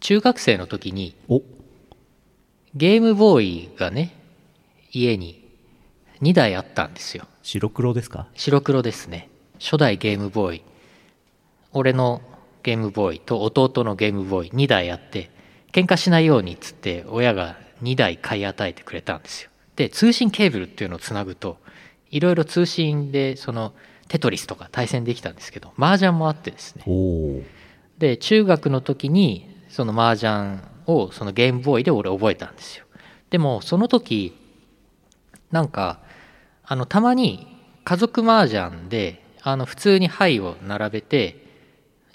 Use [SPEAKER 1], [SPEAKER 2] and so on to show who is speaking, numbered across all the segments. [SPEAKER 1] 中学生の時に
[SPEAKER 2] お
[SPEAKER 1] ゲームボーイがね家に2台あったんですよ
[SPEAKER 2] 白黒ですか
[SPEAKER 1] 白黒ですね初代ゲームボーイ俺のゲームボーイと弟のゲームボーイ2台あって喧嘩しないようにっつって親が2台買い与えてくれたんですよで通信ケーブルっていうのをつなぐといろいろ通信でそのテトリスとか対戦できたんですけど麻雀もあってですね
[SPEAKER 2] おお
[SPEAKER 1] で中学の時にその麻雀をそのゲームボーイで俺覚えたんですよでもその時なんかあのたまに家族麻雀であの普通に牌を並べて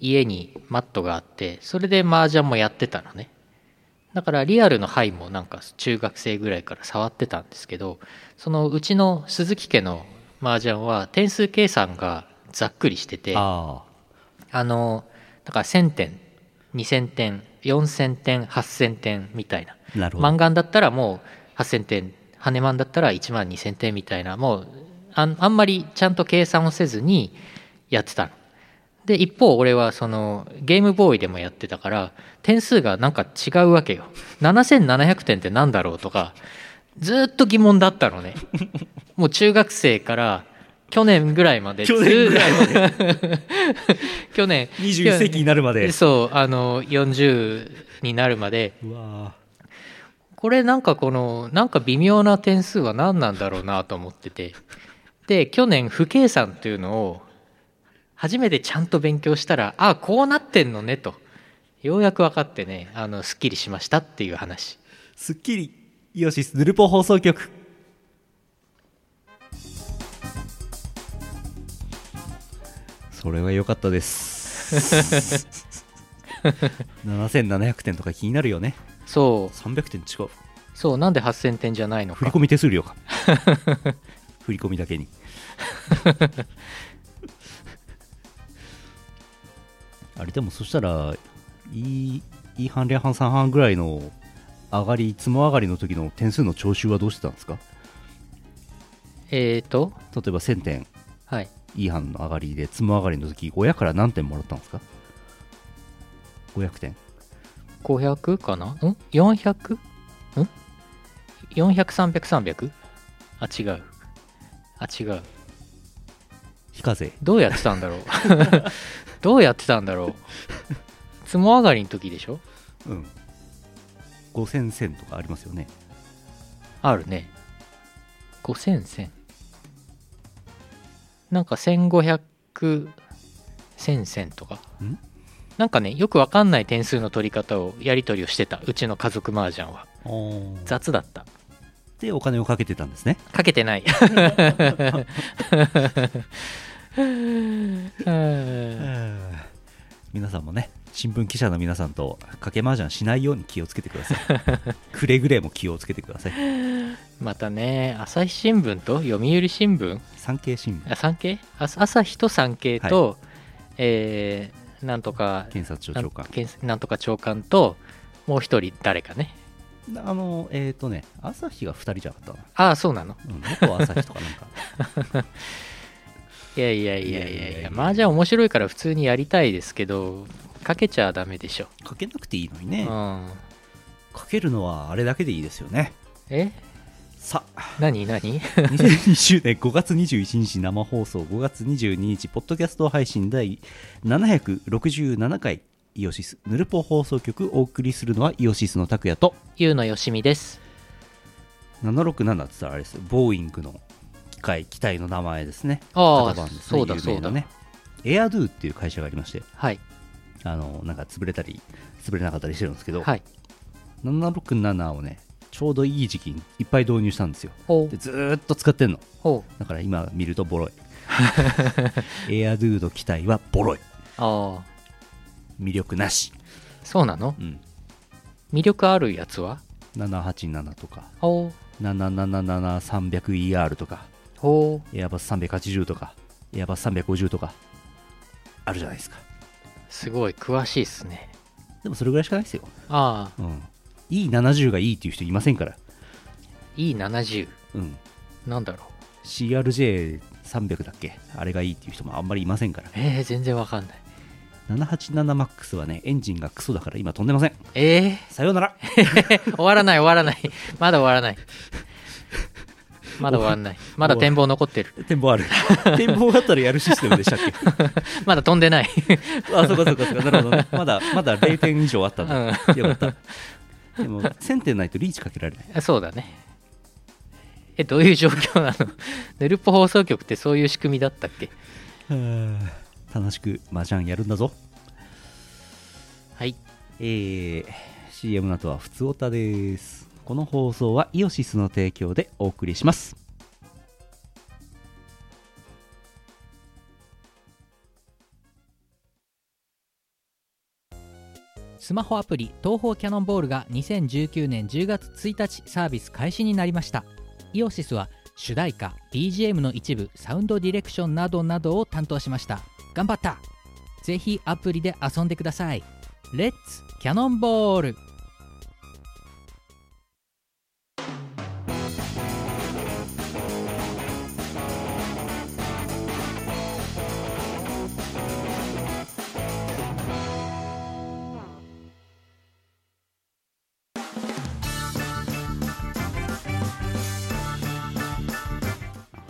[SPEAKER 1] 家にマットがあってそれで麻雀もやってたのねだからリアルの牌もなんか中学生ぐらいから触ってたんですけどそのうちの鈴木家の麻雀は点数計算がざっくりしてて
[SPEAKER 2] あ
[SPEAKER 1] あの、だから1000点、2000点、4000点、8000点みたいな。
[SPEAKER 2] あなるほど
[SPEAKER 1] 漫画だったらもう8000点、ハネマンだったら1万2000点みたいな、もうあんあんまりちゃんと計算をせずにやってたの。で、一方俺はそのゲームボーイでもやってたから、点数がなんか違うわけよ。7700点ってなんだろうとか、ずーっと疑問だったのね。 もう中学生から去年ぐらいまでずー、
[SPEAKER 2] 去年ぐらいま
[SPEAKER 1] で。 去年。
[SPEAKER 2] 21世紀になるまで
[SPEAKER 1] そう、あの、40になるまで、
[SPEAKER 2] うわ
[SPEAKER 1] これなんかこの、なんか微妙な点数は何なんだろうなと思ってて。で、去年、不計算というのを、初めてちゃんと勉強したら、ああ、こうなってんのね、と。ようやく分かってね、あの、すっきりしましたっていう話。
[SPEAKER 2] ーすっきりイオシスヌルポ放送局それは良かったです 7700点とか気になるよね
[SPEAKER 1] そう、
[SPEAKER 2] 300点違う
[SPEAKER 1] そう、なんで8000点じゃないの
[SPEAKER 2] 振
[SPEAKER 1] か。
[SPEAKER 2] り込み手数料か 振り込みだけに あれでもそしたらいいいい半例半三半ぐらいの上がりいつも上がりの時の点数の徴収はどうしてたんですか
[SPEAKER 1] えっ、ー、と、
[SPEAKER 2] 例えば1000点
[SPEAKER 1] はい。
[SPEAKER 2] いい半の上がりでつも上がりの時親から何点もらったんですか500点
[SPEAKER 1] 500かなん ?400? ん ?400?300?300? あ、違う。あ、違う。
[SPEAKER 2] 非課税
[SPEAKER 1] どうやってたんだろう どうやってたんだろうつも上がりの時でしょ
[SPEAKER 2] うん5000銭とかありますよね
[SPEAKER 1] あるね。5000、1000。なんか1500、1000、1000とか。
[SPEAKER 2] ん
[SPEAKER 1] なんかね、よくわかんない点数の取り方を、やり取りをしてた。うちの家族麻雀は。
[SPEAKER 2] ざっ
[SPEAKER 1] 雑だった。
[SPEAKER 2] てお金をかけてたんですね
[SPEAKER 1] かけてない。 うん
[SPEAKER 2] 皆さんもね新聞記者の皆さんと賭け麻雀しないように気をつけてください くれぐれも気をつけてください
[SPEAKER 1] またね、朝日新聞と読売新聞
[SPEAKER 2] 産経新聞
[SPEAKER 1] あ産経あ朝日と産経と、えーなんとか
[SPEAKER 2] 検察庁長官
[SPEAKER 1] なん検なんとか長官ともう一人誰かね
[SPEAKER 2] あのえっ、とね朝日が2人じゃなかったな
[SPEAKER 1] ああそうなの
[SPEAKER 2] うん元朝日とかなんか
[SPEAKER 1] いやいやいやいや
[SPEAKER 2] いやいや
[SPEAKER 1] い
[SPEAKER 2] いや
[SPEAKER 1] やまあじゃあ面白いから普通にやりたいですけどかけちゃダメでしょ、
[SPEAKER 2] かけなくていいのにね
[SPEAKER 1] うん、
[SPEAKER 2] かけるのはあれだけでいいですよね
[SPEAKER 1] え
[SPEAKER 2] さ あ
[SPEAKER 1] 何何
[SPEAKER 2] 2020年5月21日生放送5月22日ポッドキャスト配信第767回イオシスヌルポ放送局お送りするのはイオシスの拓也と
[SPEAKER 1] ゆうのよしみです
[SPEAKER 2] 767って言ったらあれですよボーイングの機械機体の名前ですね
[SPEAKER 1] あ
[SPEAKER 2] 型
[SPEAKER 1] あ
[SPEAKER 2] 番ですね
[SPEAKER 1] そうだ
[SPEAKER 2] 有
[SPEAKER 1] そ
[SPEAKER 2] 名
[SPEAKER 1] うだ
[SPEAKER 2] なねエアドゥっていう会社がありまして
[SPEAKER 1] はい
[SPEAKER 2] あのなんか潰れたり潰れなかったりしてるんですけど、
[SPEAKER 1] はい
[SPEAKER 2] 767をねちょうどいい時期にいっぱい導入したんですよ
[SPEAKER 1] ほ
[SPEAKER 2] で
[SPEAKER 1] う
[SPEAKER 2] ずーっと使ってんの
[SPEAKER 1] ほう
[SPEAKER 2] だから今見る とボロいエアドゥの機体はボロい
[SPEAKER 1] ああ
[SPEAKER 2] 魅力なし、
[SPEAKER 1] そうなの
[SPEAKER 2] うん、
[SPEAKER 1] 魅力あるやつは
[SPEAKER 2] 787とか
[SPEAKER 1] ほう
[SPEAKER 2] 777-300ER とか
[SPEAKER 1] ほう
[SPEAKER 2] エアバス380とかエアバス350とかあるじゃないですか
[SPEAKER 1] すごい詳しいっすね
[SPEAKER 2] でもそれぐらいしかないですよ、
[SPEAKER 1] ああ
[SPEAKER 2] うん、E70 がいいっていう人いませんから、
[SPEAKER 1] E70
[SPEAKER 2] うん、
[SPEAKER 1] なんだろう
[SPEAKER 2] CRJ300 だっけあれがいいっていう人もあんまりいませんから
[SPEAKER 1] えー、全然わかんない
[SPEAKER 2] 787MAX はねエンジンがクソだから今飛んでません
[SPEAKER 1] え
[SPEAKER 2] さようなら
[SPEAKER 1] ー、 終わらない終わらないまだ終わらないまだ終わらないまだ展望残ってる
[SPEAKER 2] 展望ある 展望があったらやるシステムでしたっけ
[SPEAKER 1] まだ飛んでない
[SPEAKER 2] あそうかそうかそうかなるほどねまだまだ0点以上あったんだ、よかったでも1000点ないとリーチかけられない
[SPEAKER 1] そうだねえどういう状況なの ヌルポ放送局ってそういう仕組みだったっけ
[SPEAKER 2] 楽しく麻雀やるんだぞ
[SPEAKER 1] はい
[SPEAKER 2] えー CM の後は「ふつおた」ですこの放送はイオシスの提供でお送りします
[SPEAKER 3] スマホアプリ東方キャノンボールが2019年10月1日サービス開始になりましたイオシスは主題歌 BGM の一部サウンドディレクションなどなどを担当しました頑張ったぜひアプリで遊んでくださいレッツキャノンボール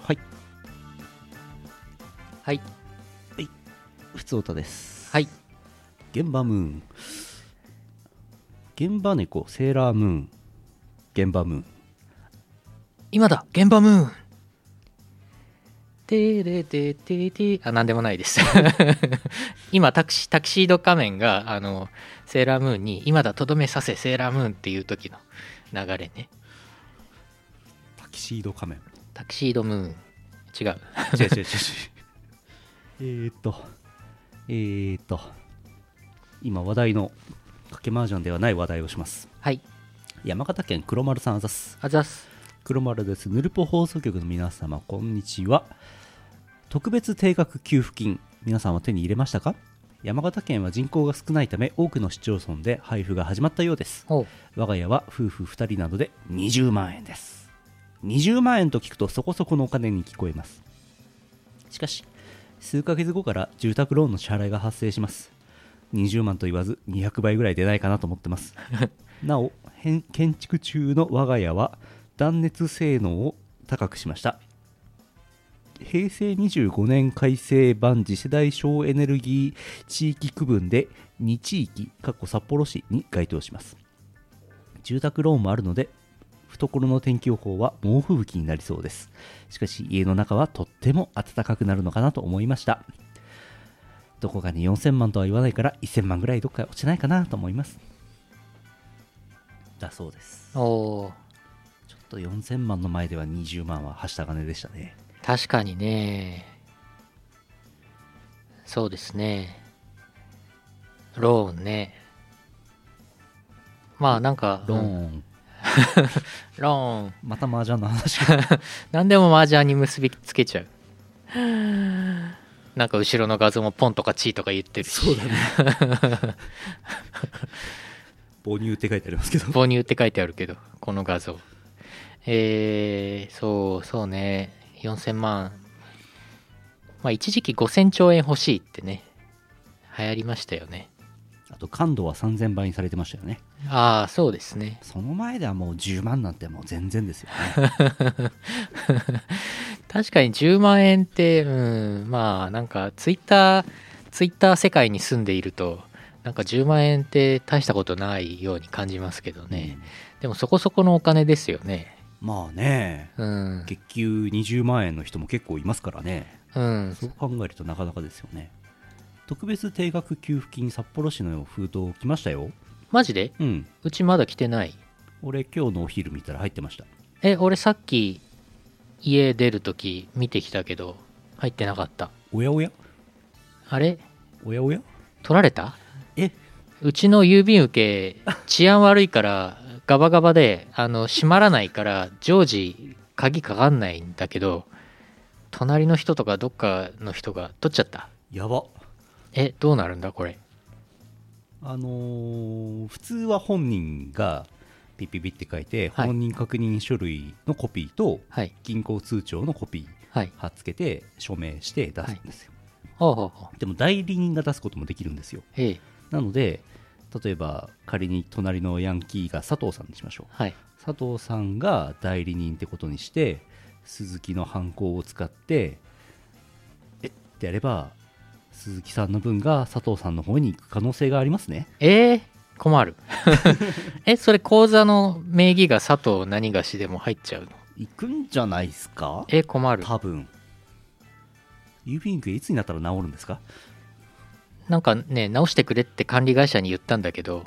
[SPEAKER 2] はい
[SPEAKER 1] はい
[SPEAKER 2] 「ふつおた」です
[SPEAKER 1] はい
[SPEAKER 2] 現場ムーン現場猫セーラームーン現場ムーン
[SPEAKER 1] 今だ現場ムーンてれてててあなんでもないです 今タクシタキシード仮面があのセーラームーンに「今だとどめさせセーラームーン」っていう時の流れね
[SPEAKER 2] タキシード仮面
[SPEAKER 1] タキシードムーン違う
[SPEAKER 2] 違う違う違う違うえーっとえーっと今話題の賭けマージャンではない話題をします
[SPEAKER 1] はい
[SPEAKER 2] 山形県黒丸さんあざっす
[SPEAKER 1] あざっす
[SPEAKER 2] 黒丸ですヌルポ放送局の皆様こんにちは特別定額給付金皆さんは手に入れましたか山形県は人口が少ないため多くの市町村で配布が始まったようです
[SPEAKER 1] おう
[SPEAKER 2] 我が家は夫婦2人などで20万円です20万円と聞くとそこそこのお金に聞こえますしかし数ヶ月後から住宅ローンの支払いが発生します20万と言わず200倍ぐらい出ないかなと思ってますなお変建築中の我が家は断熱性能を高くしました平成25年改正版次世代省エネルギー地域区分で2地域かっこ札幌市に該当します住宅ローンもあるので懐の天気予報は猛吹雪になりそうですしかし家の中はとっても暖かくなるのかなと思いましたどこかに4000万とは言わないから1000万ぐらいどっか落ちないかなと思いますだそうです
[SPEAKER 1] おー
[SPEAKER 2] ちょっと4000万の前では20万ははした金でしたね
[SPEAKER 1] 確かにねそうですねローンねまあなんか
[SPEAKER 2] ロー
[SPEAKER 1] うん
[SPEAKER 2] ン
[SPEAKER 1] ローン
[SPEAKER 2] また麻雀の話が
[SPEAKER 1] 何でも麻雀に結びつけちゃうなんか後ろの画像もポンとかチーとか言ってるし
[SPEAKER 2] ね母乳って書いてありますけど
[SPEAKER 1] 母乳って書いてあるけどこの画像えー、そうそうね4000万まあ一時期5000兆円欲しいってね流行りましたよね
[SPEAKER 2] あと感度は3000倍にされてましたよね
[SPEAKER 1] ああそうですね
[SPEAKER 2] その前ではもう10万なんてもう全然ですよね
[SPEAKER 1] 確かに10万円ってうんまあなんかツイッターツイッター世界に住んでいるとなんか10万円って大したことないように感じますけどね、でもそこそこのお金ですよね
[SPEAKER 2] まあね
[SPEAKER 1] うん、
[SPEAKER 2] 月給20万円の人も結構いますからね
[SPEAKER 1] うん、
[SPEAKER 2] そう考えるとなかなかですよね特別定額給付金札幌市の封筒来ましたよ
[SPEAKER 1] マジで
[SPEAKER 2] うん
[SPEAKER 1] うちまだ来てない
[SPEAKER 2] 俺今日のお昼見たら入ってました
[SPEAKER 1] え俺さっき家出るとき見てきたけど入ってなかった
[SPEAKER 2] おやおや
[SPEAKER 1] あれ
[SPEAKER 2] おやおや
[SPEAKER 1] 取られた
[SPEAKER 2] え
[SPEAKER 1] うちの郵便受け治安悪いからガバガバであの閉まらないから常時鍵かかんないんだけど隣の人とかどっかの人が取っちゃった
[SPEAKER 2] やば
[SPEAKER 1] えどうなるんだこれ
[SPEAKER 2] あのー普通は本人がピッピピって書いて、
[SPEAKER 1] はい
[SPEAKER 2] 本人確認書類のコピーと
[SPEAKER 1] はい
[SPEAKER 2] 銀行通帳のコピー
[SPEAKER 1] はい
[SPEAKER 2] 貼っつけて署名して出すんですよ、
[SPEAKER 1] ああ、ああ
[SPEAKER 2] でも代理人が出すこともできるんですよ
[SPEAKER 1] ええ、
[SPEAKER 2] なので例えば仮に隣のヤンキーが佐藤さんにしましょう
[SPEAKER 1] はい。
[SPEAKER 2] 佐藤さんが代理人ってことにして鈴木の犯行を使ってえってやれば鈴木さんの分が佐藤さんの方に行く可能性がありますね
[SPEAKER 1] ええ、困る。 え、それ口座の名義が佐藤何がしでも入っちゃうの
[SPEAKER 2] 行くんじゃないですか
[SPEAKER 1] え、困る。
[SPEAKER 2] 多分郵便局いつになったら治るんですか
[SPEAKER 1] なんかね、直してくれって管理会社に言ったんだけど、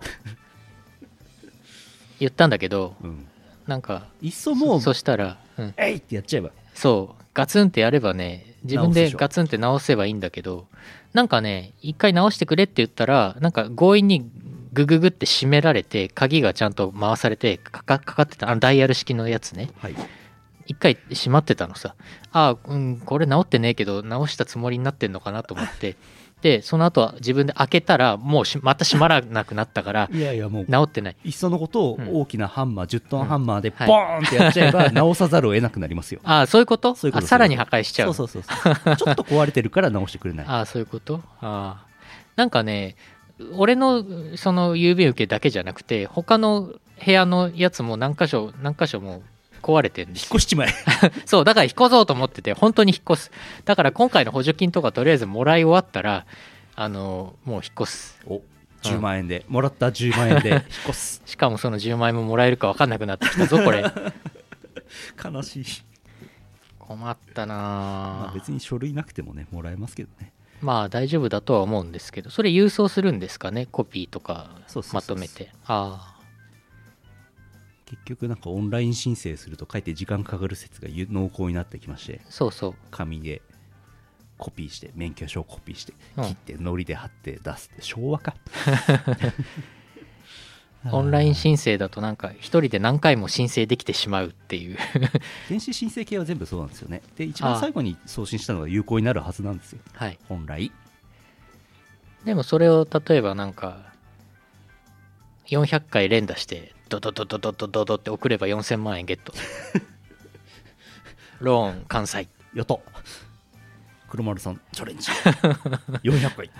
[SPEAKER 1] 言ったんだけど、
[SPEAKER 2] うん
[SPEAKER 1] なんか、
[SPEAKER 2] いっそもう
[SPEAKER 1] そそしたら、うん、
[SPEAKER 2] えいってやっちゃえば
[SPEAKER 1] そう、ガツンってやればね、自分
[SPEAKER 2] 直すで
[SPEAKER 1] で
[SPEAKER 2] しょ
[SPEAKER 1] ガツンって直せばいいんだけど、なんかね、一回直してくれって言ったら、なんか強引にグググって閉められて、鍵がちゃんと回されて、かかかかってた、あのダイヤル式のやつね、
[SPEAKER 2] はい
[SPEAKER 1] 一回閉まってたのさ、ああ、うん、これ直ってねえけど、直したつもりになってんのかなと思って、で、その後は自分で開けたら、もうしまた閉まらなくなったから、
[SPEAKER 2] いやいやもう
[SPEAKER 1] 直ってない。
[SPEAKER 2] いっそのことを
[SPEAKER 1] うん
[SPEAKER 2] 大きなハンマー、10トンハンマーでボ
[SPEAKER 1] はい。
[SPEAKER 2] ーンってやっちゃえば直さざるを得なくなりますよ
[SPEAKER 1] ああ、そういうこと
[SPEAKER 2] そういうこと
[SPEAKER 1] あさらに破壊しちゃうの。
[SPEAKER 2] そうそうそうそう。ちょっと壊れてるから直してくれない。
[SPEAKER 1] ああそういうことああなんかね俺のその郵便受けだけじゃなくて他の部屋のやつも何箇所何箇所も壊れてるんで
[SPEAKER 2] 引っ
[SPEAKER 1] すよ
[SPEAKER 2] 越しちまえ。
[SPEAKER 1] そうだから引っ越そうと思ってて本当に引っ越すだから今回の補助金とかとりあえずもらい終わったらあのもう引っ越す
[SPEAKER 2] お10万円で、もらった10万円で引っ越す。
[SPEAKER 1] しかもその10万円ももらえるか分かんなくなってきた ぞこれ
[SPEAKER 2] 悲しい。
[SPEAKER 1] 困ったな
[SPEAKER 2] まあ、
[SPEAKER 1] あ
[SPEAKER 2] 別に書類なくてもね、もらえますけどね。
[SPEAKER 1] まあ大丈夫だとは思うんですけどそれ郵送するんですかねコピーとか
[SPEAKER 2] そうそうそう
[SPEAKER 1] ま
[SPEAKER 2] そ
[SPEAKER 1] と
[SPEAKER 2] う
[SPEAKER 1] めてああ
[SPEAKER 2] 結局なんかオンライン申請すると書いて時間かかる説がゆ濃厚になってきまして、
[SPEAKER 1] そうそう
[SPEAKER 2] 紙でコピーして、免許証をコピーして、
[SPEAKER 1] うん
[SPEAKER 2] 切って、糊で貼って出すって 昭和か。
[SPEAKER 1] オンライン申請だとなんか一人で何回も申請できてしまうっていう
[SPEAKER 2] 電子申請系は全部そうなんですよねで一番最後に送信したのが有効になるはずなんですよ
[SPEAKER 1] はい
[SPEAKER 2] 本来
[SPEAKER 1] でもそれを例えばなんか400回連打してドドドドドドドドって送れば4000万円ゲッ トローン関西
[SPEAKER 2] やった黒丸さんチャレ ンジ400回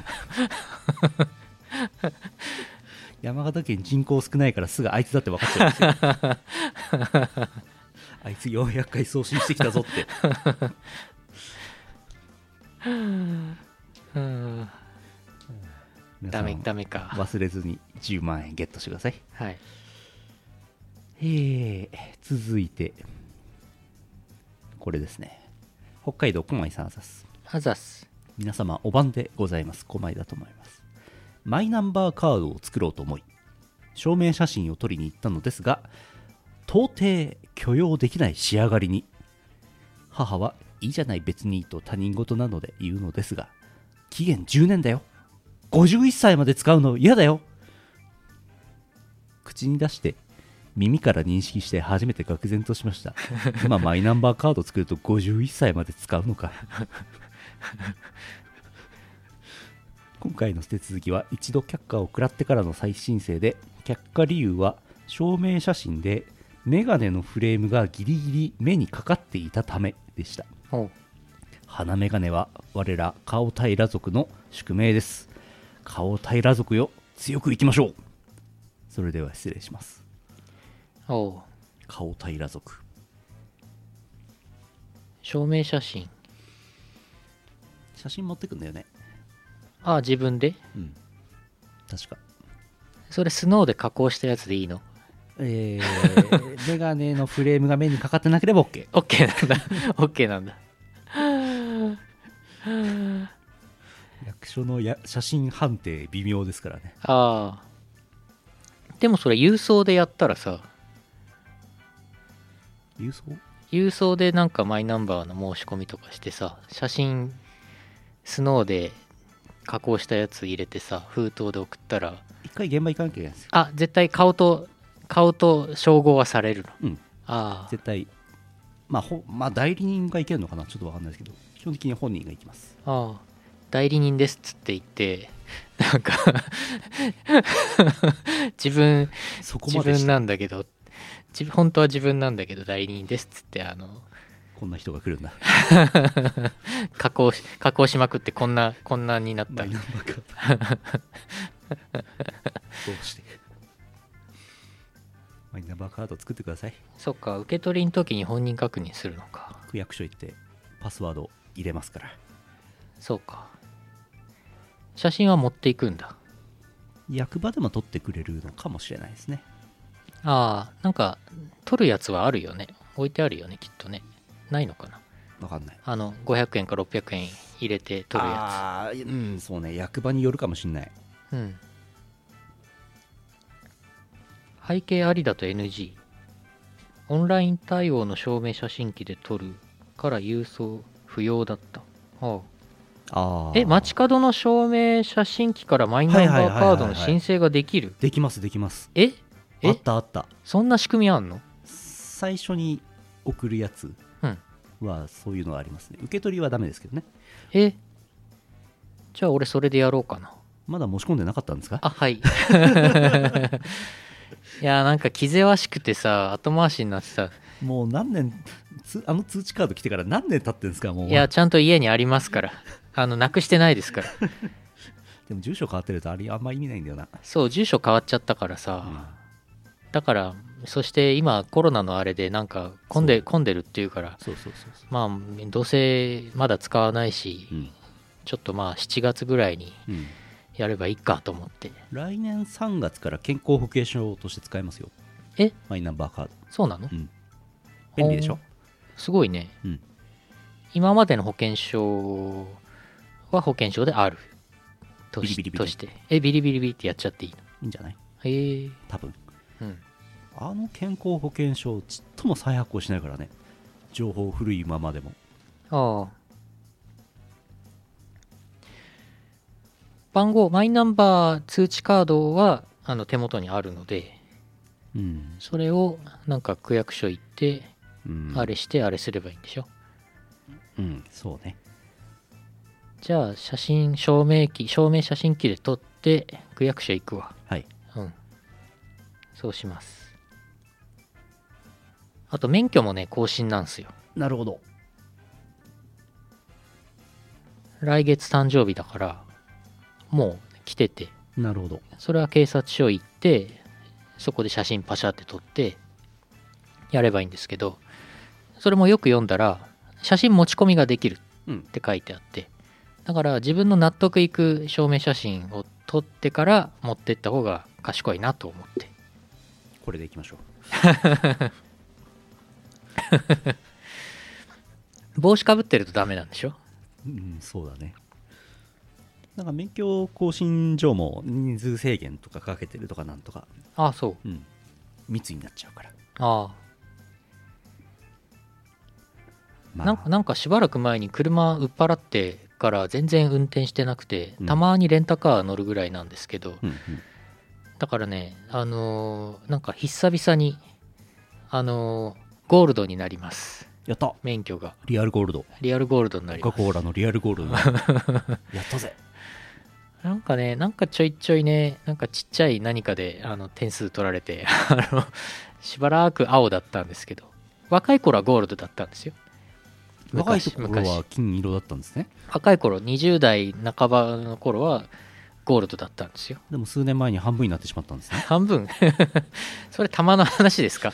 [SPEAKER 2] 山形県人口少ないからすぐあいつだって分かっちゃうんですよ あいつ400回送信してきたぞって
[SPEAKER 1] うーん
[SPEAKER 2] 皆さ
[SPEAKER 1] ダ
[SPEAKER 2] ん
[SPEAKER 1] メダメか
[SPEAKER 2] 忘れずに10万円ゲットしてください
[SPEAKER 1] はい
[SPEAKER 2] えー続いてこれですね北海道駒井さんあざす
[SPEAKER 1] あざっす
[SPEAKER 2] 皆様お晩でございます狛江だと思いますマイナンバーカードを作ろうと思い証明写真を撮りに行ったのですが到底許容できない仕上がりに母はいいじゃない別にと他人事なので言うのですが期限10年だよ51歳まで使うの嫌だよ口に出して耳から認識して初めて愕然としました今マイナンバーカード作ると51歳まで使うのか今回の手続きは一度却下を食らってからの再申請で却下理由は証明写真でメガネのフレームがギリギリ目にかかっていたためでした
[SPEAKER 1] おう
[SPEAKER 2] 花メガネは我ら顔平族の宿命です顔平族よ強くいきましょうそれでは失礼します
[SPEAKER 1] おう
[SPEAKER 2] 顔平族
[SPEAKER 1] 証明写真
[SPEAKER 2] 写真持ってくんだよね
[SPEAKER 1] ああ自分で
[SPEAKER 2] うん確か
[SPEAKER 1] それスノーで加工したやつでいいの
[SPEAKER 2] えー、メ ガネのフレームが目にかかってなければ OK
[SPEAKER 1] オッケーなんだオッケーなんだ
[SPEAKER 2] 役所のや写真判定微妙ですからね
[SPEAKER 1] ああでもそれ郵送でやったらさ
[SPEAKER 2] 郵送
[SPEAKER 1] 郵送でなんかマイナンバーの申し込みとかしてさ写真スノーで加工したやつ入れてさ封筒で送ったら
[SPEAKER 2] 一回現場行かなきゃいけないんですよ
[SPEAKER 1] あ絶対顔と顔と照合はされるの
[SPEAKER 2] うん
[SPEAKER 1] ああ
[SPEAKER 2] 絶対まあほまあ代理人が行けるのかなちょっとわかんないですけど基本的に本人が行きます
[SPEAKER 1] ああ代理人ですっつって言ってなん か自分
[SPEAKER 2] そこ
[SPEAKER 1] 自
[SPEAKER 2] までし
[SPEAKER 1] 分
[SPEAKER 2] て
[SPEAKER 1] なんだけど自分本当は自分なんだけど代理人ですっつってあの
[SPEAKER 2] こんな人が来るん だ。
[SPEAKER 1] 加工し加工しまくってこんなこんなになった
[SPEAKER 2] マイナンバーカー ド。どうしてマイナンバーカード作ってください。
[SPEAKER 1] そっか受け取りの時に本人確認するのか
[SPEAKER 2] 区役所行ってパスワード入れますから。
[SPEAKER 1] そうか写真は持っていくんだ
[SPEAKER 2] 役場でも取ってくれるのかもしれないですね。
[SPEAKER 1] ああなんか撮るやつはあるよね置いてあるよねきっとねないのかな
[SPEAKER 2] わかんない。
[SPEAKER 1] あの500円か600円入れて撮るや
[SPEAKER 2] ああ、うん、そうね。役場によるかもしれない。
[SPEAKER 1] つうん背景ありだと NG オンライン対応の証明写真機で撮るから郵送不要だったああ
[SPEAKER 2] ああ。
[SPEAKER 1] え街角の証明写真機からマイナンバーカードの申請ができる
[SPEAKER 2] できます、できます。
[SPEAKER 1] ええ
[SPEAKER 2] あったあった。
[SPEAKER 1] そんな仕組みあんの
[SPEAKER 2] 最初に送るやつはそういうのはありますね。受け取りはダメですけどね。
[SPEAKER 1] えじゃあ俺それでやろうかな
[SPEAKER 2] まだ申し込んでなかったんですか
[SPEAKER 1] あ はいいやなんか気ぜわしくてさ後回しになってさ
[SPEAKER 2] もう何年つあの通知カード来てから何年経ってんですかもう
[SPEAKER 1] いやちゃんと家にありますからあのなくしてないですから
[SPEAKER 2] でも住所変わってるとあれあんま意味ないんだよな、
[SPEAKER 1] そう住所変わっちゃったからさ、だからそして今コロナのあれでなんか混んで混んでるっていうから
[SPEAKER 2] そうそうそうそ
[SPEAKER 1] まあどうせまだ使わないし、
[SPEAKER 2] う、うん
[SPEAKER 1] ちょっとまあ7月ぐらいに
[SPEAKER 2] うん、
[SPEAKER 1] やればいいかと思って
[SPEAKER 2] 来年3月から健康保険証として使えますよ
[SPEAKER 1] え
[SPEAKER 2] マイナンバーカード
[SPEAKER 1] そうなの、
[SPEAKER 2] うん便利でしょ、
[SPEAKER 1] すごいね
[SPEAKER 2] うん、
[SPEAKER 1] 今までの保険証は保険証であるとし
[SPEAKER 2] ビリビリビリ
[SPEAKER 1] としてえビリビリビリってやっちゃっていいの
[SPEAKER 2] いいんじゃない
[SPEAKER 1] へえ
[SPEAKER 2] 多分
[SPEAKER 1] うん
[SPEAKER 2] あの健康保険証ちっとも再発行しないからね情報古いままでも
[SPEAKER 1] ああ番号マイナンバー通知カードはあの手元にあるので
[SPEAKER 2] うん、
[SPEAKER 1] それをなんか区役所行って
[SPEAKER 2] うん、
[SPEAKER 1] あれしてあれすればいいんでしょ、
[SPEAKER 2] うんそうね
[SPEAKER 1] じゃあ写真証明機証明写真機で撮って区役所行くわ
[SPEAKER 2] はい
[SPEAKER 1] うんそうしますあと免許もね更新なんすよ
[SPEAKER 2] なるほど
[SPEAKER 1] 来月誕生日だからもう来てて
[SPEAKER 2] なるほど
[SPEAKER 1] それは警察署行ってそこで写真パシャって撮ってやればいいんですけどそれもよく読んだら写真持ち込みができる
[SPEAKER 2] うん
[SPEAKER 1] って書いてあってだから自分の納得いく証明写真を撮ってから持ってった方が賢いなと思って
[SPEAKER 2] これでいきましょう
[SPEAKER 1] 帽子かぶってるとダメなんでしょ
[SPEAKER 2] うん、そうだね。なんか免許更新上も人数制限とかかけてるとかなんとか、
[SPEAKER 1] ああそう
[SPEAKER 2] うん、密になっちゃうから。
[SPEAKER 1] ああ
[SPEAKER 2] まあ
[SPEAKER 1] なんかなんかしばらく前に車売っ払ってから全然運転してなくて
[SPEAKER 2] うん
[SPEAKER 1] たまにレンタカー乗るぐらいなんですけど、
[SPEAKER 2] うんうん、
[SPEAKER 1] だからねあのーなんか久々にあのーゴールドになります
[SPEAKER 2] やった
[SPEAKER 1] 免許が
[SPEAKER 2] リアルゴールド。
[SPEAKER 1] リアルゴールドにな
[SPEAKER 2] コ
[SPEAKER 1] り
[SPEAKER 2] カ・
[SPEAKER 1] ま
[SPEAKER 2] コーラのリアルゴー ルドだ。やったぜ。
[SPEAKER 1] すなんかねなんかちょいちょいねなんかちっちゃい何かであの点数取られて あのしばらく青だったんですけど若い頃はゴールドだったんですよ
[SPEAKER 2] 若い
[SPEAKER 1] 昔
[SPEAKER 2] ところは金色だったんですね。
[SPEAKER 1] 若い頃20代半ばの頃はゴールドだったんですよ
[SPEAKER 2] でも数年前に半分になってしまったんですね。
[SPEAKER 1] 半分 それ玉の話ですか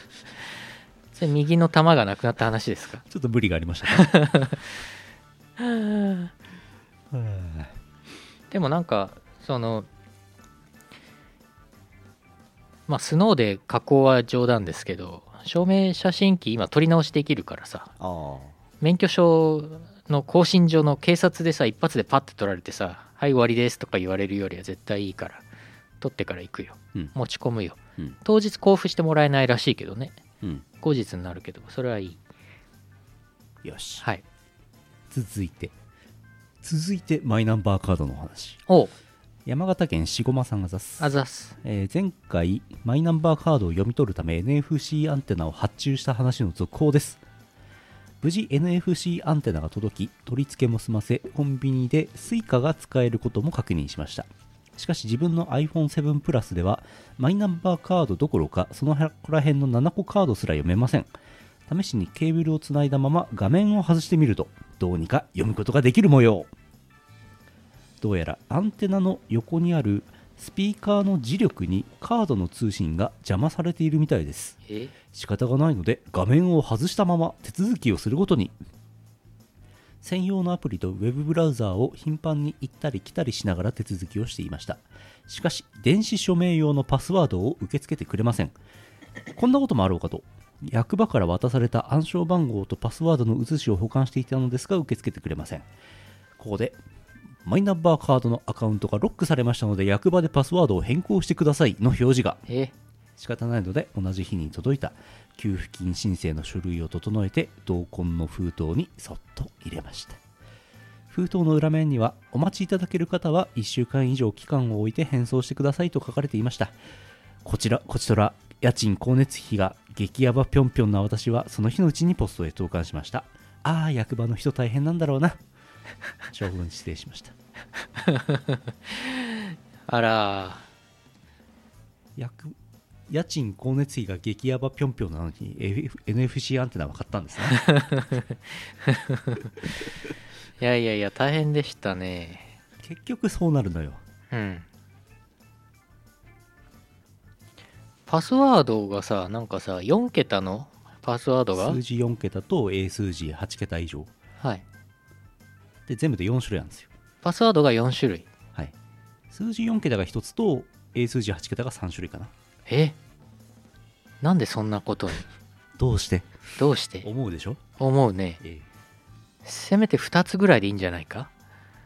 [SPEAKER 1] それ右の玉がなくなった話ですか
[SPEAKER 2] ちょっと無理がありま したね。
[SPEAKER 1] でもなんかそのまあスノーで加工は冗談ですけど証明写真機今撮り直しできるからさ
[SPEAKER 2] ああ。
[SPEAKER 1] 免許証の更新上の警察でさ一発でパッて取られてさ「はい終わりです」とか言われるよりは絶対いいから取ってから行くよ
[SPEAKER 2] うん。
[SPEAKER 1] 持ち込むよ
[SPEAKER 2] うん。
[SPEAKER 1] 当日交付してもらえないらしいけどね
[SPEAKER 2] うん。
[SPEAKER 1] 後日になるけどそれはいい
[SPEAKER 2] よし。
[SPEAKER 1] はい
[SPEAKER 2] 続いて。続いて、マイナンバーカードのお話。
[SPEAKER 1] おう
[SPEAKER 2] 山形県しごまさんがざす。
[SPEAKER 1] あざっす
[SPEAKER 2] えー前回マイナンバーカードを読み取るため NFC アンテナを発注した話の続報です無事 NFC アンテナが届き取り付けも済ませコンビニで Suica が使えることも確認しましたしかし自分の iPhone7 プラスではマイナンバーカードどころかその辺ら辺の7個カードすら読めません試しにケーブルをつないだまま画面を外してみるとどうにか読むことができる模様どうやらアンテナの横にあるスピーカーの磁力にカードの通信が邪魔されているみたいです
[SPEAKER 1] え
[SPEAKER 2] 仕方がないので画面を外したまま手続きをすることに専用のアプリとウェブブラウザーを頻繁に行ったり来たりしながら手続きをしていましたしかし電子署名用のパスワードを受け付けてくれませんこんなこともあろうかと役場から渡された暗証番号とパスワードの写しを保管していたのですが受け付けてくれませんここでマイナンバーカードのアカウントがロックされましたので役場でパスワードを変更してくださいの表示が
[SPEAKER 1] え
[SPEAKER 2] 仕方ないので同じ日に届いた給付金申請の書類を整えて同梱の封筒にそっと入れました封筒の裏面にはお待ちいただける方は1週間以上期間を置いて返送してくださいと書かれていましたこちらこちとら家賃光熱費が激ヤバぴょんぴょんな私はその日のうちにポストへ投函しましたああ役場の人大変なんだろうな 長文失礼しました
[SPEAKER 1] あら
[SPEAKER 2] 役家賃光熱費が激ヤバぴょんぴょんなのに NF NFC アンテナは買ったんですね
[SPEAKER 1] いやいやいや大変でしたね
[SPEAKER 2] 結局そうなるのよ
[SPEAKER 1] うんパスワードがさなんかさ4桁のパスワードが
[SPEAKER 2] 数字4桁と英数字8桁以上
[SPEAKER 1] はい
[SPEAKER 2] で全部で4種類なんですよ、
[SPEAKER 1] パスワードが4種類
[SPEAKER 2] はい、数字4桁が1つと英数字8桁が3種類かな
[SPEAKER 1] えなんでそんなことに
[SPEAKER 2] どうして
[SPEAKER 1] どうして
[SPEAKER 2] 思うでしょ、
[SPEAKER 1] 思うね
[SPEAKER 2] ええ
[SPEAKER 1] せめて2つぐらいでいいんじゃないか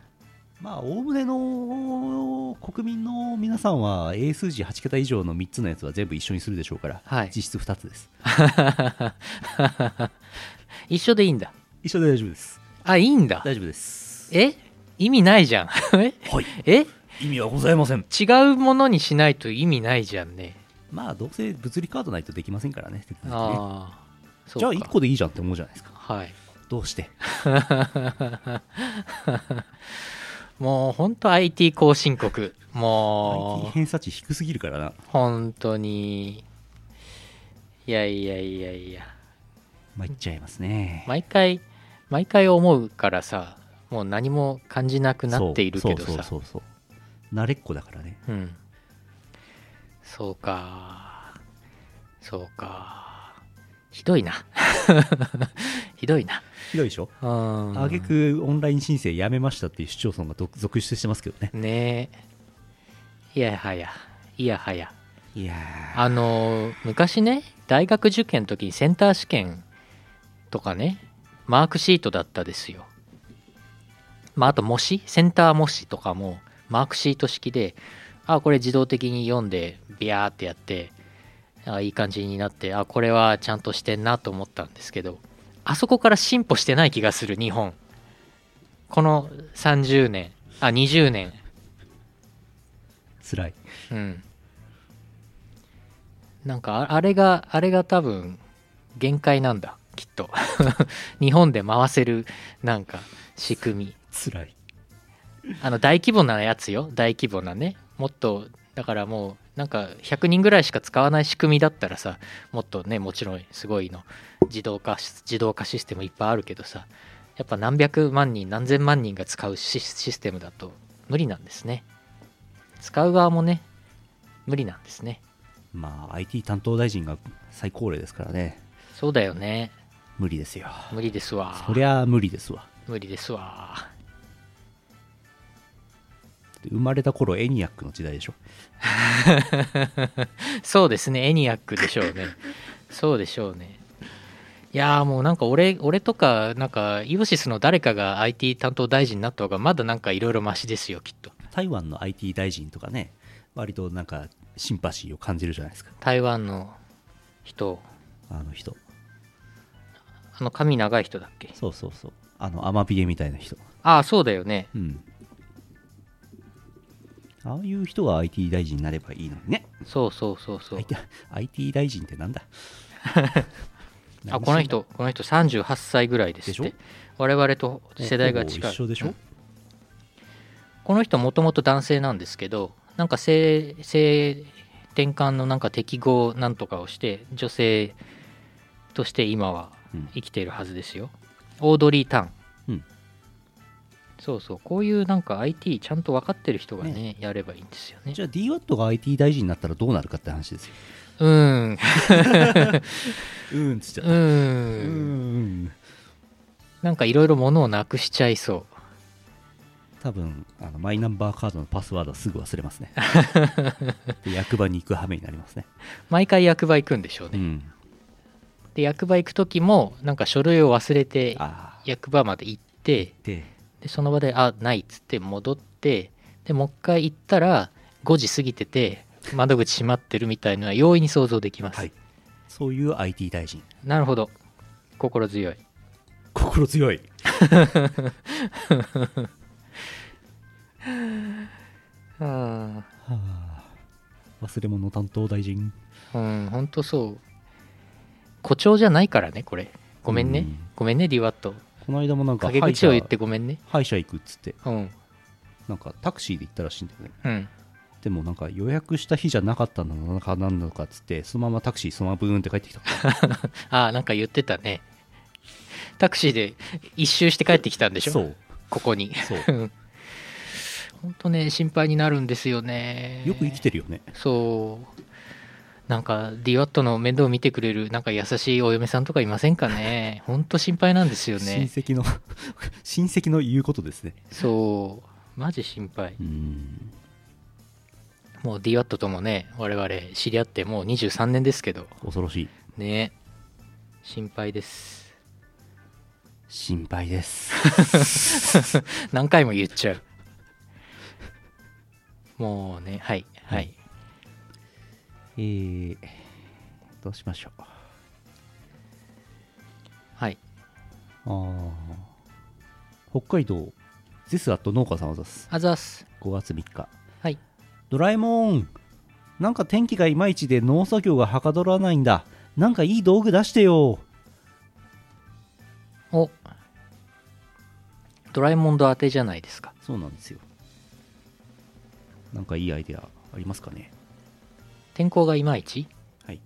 [SPEAKER 2] まあおおむねの国民の皆さんは英数字8桁以上の3つのやつは全部一緒にするでしょうから、
[SPEAKER 1] はい
[SPEAKER 2] 実質2つです
[SPEAKER 1] 一緒でいいんだ
[SPEAKER 2] 一緒で大丈夫です
[SPEAKER 1] あいいんだ
[SPEAKER 2] 大丈夫です
[SPEAKER 1] え意味ないじゃん
[SPEAKER 2] はい
[SPEAKER 1] え
[SPEAKER 2] 意味はございません
[SPEAKER 1] 違うものにしないと意味ないじゃんね
[SPEAKER 2] まあどうせ物理カードないとできませんからねテクニックね
[SPEAKER 1] ああそう
[SPEAKER 2] じゃ
[SPEAKER 1] か
[SPEAKER 2] あ1個でいいじゃんって思うじゃないですか
[SPEAKER 1] はい
[SPEAKER 2] どうして
[SPEAKER 1] もうほんと IT 後進国
[SPEAKER 2] IT
[SPEAKER 1] もう
[SPEAKER 2] 偏差値低すぎるからな
[SPEAKER 1] 本当にいやいやいやいや
[SPEAKER 2] まあいっちゃいますね、
[SPEAKER 1] 毎回毎回思うからさもう何も感じなくなっているけど
[SPEAKER 2] そうそう
[SPEAKER 1] さ
[SPEAKER 2] そうそうそう慣れっこだからね
[SPEAKER 1] うんそうかそうかひどいな ひどいな
[SPEAKER 2] ひどいでしょ
[SPEAKER 1] うん
[SPEAKER 2] あげくオンライン申請やめましたっていう市町村が続続出してますけどね
[SPEAKER 1] ねえいやはやいやはや
[SPEAKER 2] いやー
[SPEAKER 1] あの昔ね大学受験の時にセンター試験とかねマークシートだったですよまああと模試センター模試とかもマークシート式であこれ自動的に読んでビヤーってやってあいい感じになってあこれはちゃんとしてんなと思ったんですけどあそこから進歩してない気がする日本この30年あ20年
[SPEAKER 2] つらい
[SPEAKER 1] うん、なんかああれがあれが多分限界なんだきっと 日本で回せるなんか仕組
[SPEAKER 2] つらい
[SPEAKER 1] みあの大規模なやつよ大規模なねもっとだからもうなんか100人ぐらいしか使わない仕組みだったらさもっとねもちろんすごいの自動化し自動化システムいっぱいあるけどさやっぱ何百万人何千万人が使うシシステムだと無理なんですね使う側もね無理なんですね
[SPEAKER 2] まあ IT 担当大臣が最高齢ですからね
[SPEAKER 1] そうだよね。
[SPEAKER 2] 無理ですよ
[SPEAKER 1] 無理ですわ。
[SPEAKER 2] そりゃ無理ですわ
[SPEAKER 1] 無理ですわ。
[SPEAKER 2] 生まれた頃エニアックの時代でしょ
[SPEAKER 1] そうですね。エニアックでしょうね。そうでしょうね。いやーもうなんか俺俺とかなんかイオシスの誰かが IT 担当大臣になった方がまだなんかいろいろマシですよきっと
[SPEAKER 2] 台湾の IT 大臣とかね割となんかシンパシーを感じるじゃないですか
[SPEAKER 1] 台湾の人
[SPEAKER 2] あの人
[SPEAKER 1] あの髪長い人だっけ
[SPEAKER 2] そうそうそうあのアマビエみたいな人
[SPEAKER 1] ああそうだよね
[SPEAKER 2] うんああいう人が IT 大臣になればいいのにね
[SPEAKER 1] そうそうそうそう
[SPEAKER 2] IT, IT 大臣ってなんだ
[SPEAKER 1] あこの人この人38歳ぐらいですっ
[SPEAKER 2] で
[SPEAKER 1] て
[SPEAKER 2] しょ
[SPEAKER 1] 我々と世代が
[SPEAKER 2] ほ
[SPEAKER 1] 近
[SPEAKER 2] ぼ
[SPEAKER 1] い
[SPEAKER 2] 一緒でしょ、
[SPEAKER 1] この人もともと男性なんですけどなんか性性転換のなんか適合なんとかをして女性として今は
[SPEAKER 2] うん
[SPEAKER 1] 生きているはずですよ、オードリー・タン、
[SPEAKER 2] うん
[SPEAKER 1] そうそうこういうなんか IT ちゃんと分かってる人がねやればいいんですよね
[SPEAKER 2] じゃあ DWAT が IT 大臣になったらどうなるかって話ですよ
[SPEAKER 1] うーんう
[SPEAKER 2] うんつっち
[SPEAKER 1] ー
[SPEAKER 2] うんん
[SPEAKER 1] なんかいろいろ物をなくしちゃいそ
[SPEAKER 2] 多分あのマイナンバーカードのパスワードはすぐ忘れますねで役場に行く羽目になりますね
[SPEAKER 1] う毎回役場行くんでしょうね、
[SPEAKER 2] うん
[SPEAKER 1] で役場行く時もなんか書類を忘れて
[SPEAKER 2] ああ
[SPEAKER 1] 役場まで行って
[SPEAKER 2] で
[SPEAKER 1] でその場で「あない」っつって戻ってでもう一回行ったら5時過ぎてて窓口閉まってるみたいのは容易に想像できます、
[SPEAKER 2] はいそういう IT 大臣
[SPEAKER 1] なるほど心強い
[SPEAKER 2] 心強い
[SPEAKER 1] うん
[SPEAKER 2] はあ忘れ物担当大臣
[SPEAKER 1] うんほんとそう誇張じゃないからねこれごめんね
[SPEAKER 2] うん
[SPEAKER 1] ごめんね DWAT
[SPEAKER 2] この間もなんか
[SPEAKER 1] 陰口を言ってごめんね
[SPEAKER 2] 歯医者行くっつって
[SPEAKER 1] うん
[SPEAKER 2] なんかタクシーで行ったらしいんだよね
[SPEAKER 1] うん
[SPEAKER 2] でもなんか予約した日じゃなかったのかなんのかっつってそのままタクシーそのままブーンって帰ってきた
[SPEAKER 1] ああなんか言ってたねタクシーで一周して帰ってきたんでしょ
[SPEAKER 2] そう
[SPEAKER 1] ここに
[SPEAKER 2] そう
[SPEAKER 1] うんほんとね心配になるんですよね
[SPEAKER 2] よく生きてるよね
[SPEAKER 1] そうなんか DWAT の面倒を見てくれるなんか優しいお嫁さんとかいませんかねほんと心配なんですよ
[SPEAKER 2] 親
[SPEAKER 1] ね
[SPEAKER 2] 戚の 親戚の言うことですね
[SPEAKER 1] そうマジ心配
[SPEAKER 2] うん
[SPEAKER 1] もう DWAT ともね我々知り合ってもう23年ですけど
[SPEAKER 2] 恐ろしい
[SPEAKER 1] ね心配です
[SPEAKER 2] 心配です
[SPEAKER 1] 何回も言っちゃうもうねはいはい、
[SPEAKER 2] えー、どうしましょう
[SPEAKER 1] はい
[SPEAKER 2] あー北海道ゼスアット農家さんを指す
[SPEAKER 1] あざっす
[SPEAKER 2] 5月3日
[SPEAKER 1] はい
[SPEAKER 2] ドラえもんなんか天気がいまいちで農作業がはかどらないんだなんかいい道具出してよ
[SPEAKER 1] おドラえもんと当てじゃないですか
[SPEAKER 2] そうなんですよなんかいいアイデアありますかね
[SPEAKER 1] 天候がいまいち
[SPEAKER 2] はい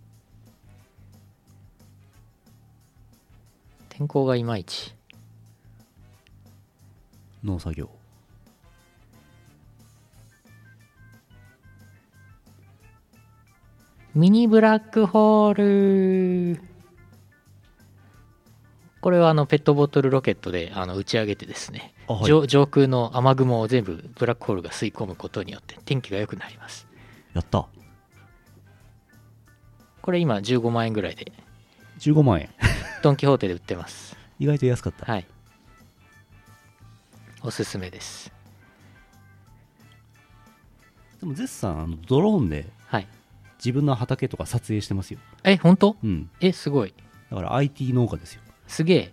[SPEAKER 1] 天候がいまいち
[SPEAKER 2] 農作業
[SPEAKER 1] ミニブラックホールこれはあのペットボトルロケットであの打ち上げてですね、
[SPEAKER 2] あはい
[SPEAKER 1] 上上空の雨雲を全部ブラックホールが吸い込むことによって天気が良くなります
[SPEAKER 2] やった
[SPEAKER 1] これ今15万円ぐらいで
[SPEAKER 2] 15万円
[SPEAKER 1] ドン・キホーテで売ってます
[SPEAKER 2] 意外と安かった、
[SPEAKER 1] はいおすすめです
[SPEAKER 2] でもゼスさんあのドローンで
[SPEAKER 1] はい
[SPEAKER 2] 自分の畑とか撮影してますよ
[SPEAKER 1] え本当
[SPEAKER 2] うん
[SPEAKER 1] えすごい
[SPEAKER 2] だから IT 農家ですよ
[SPEAKER 1] すげえ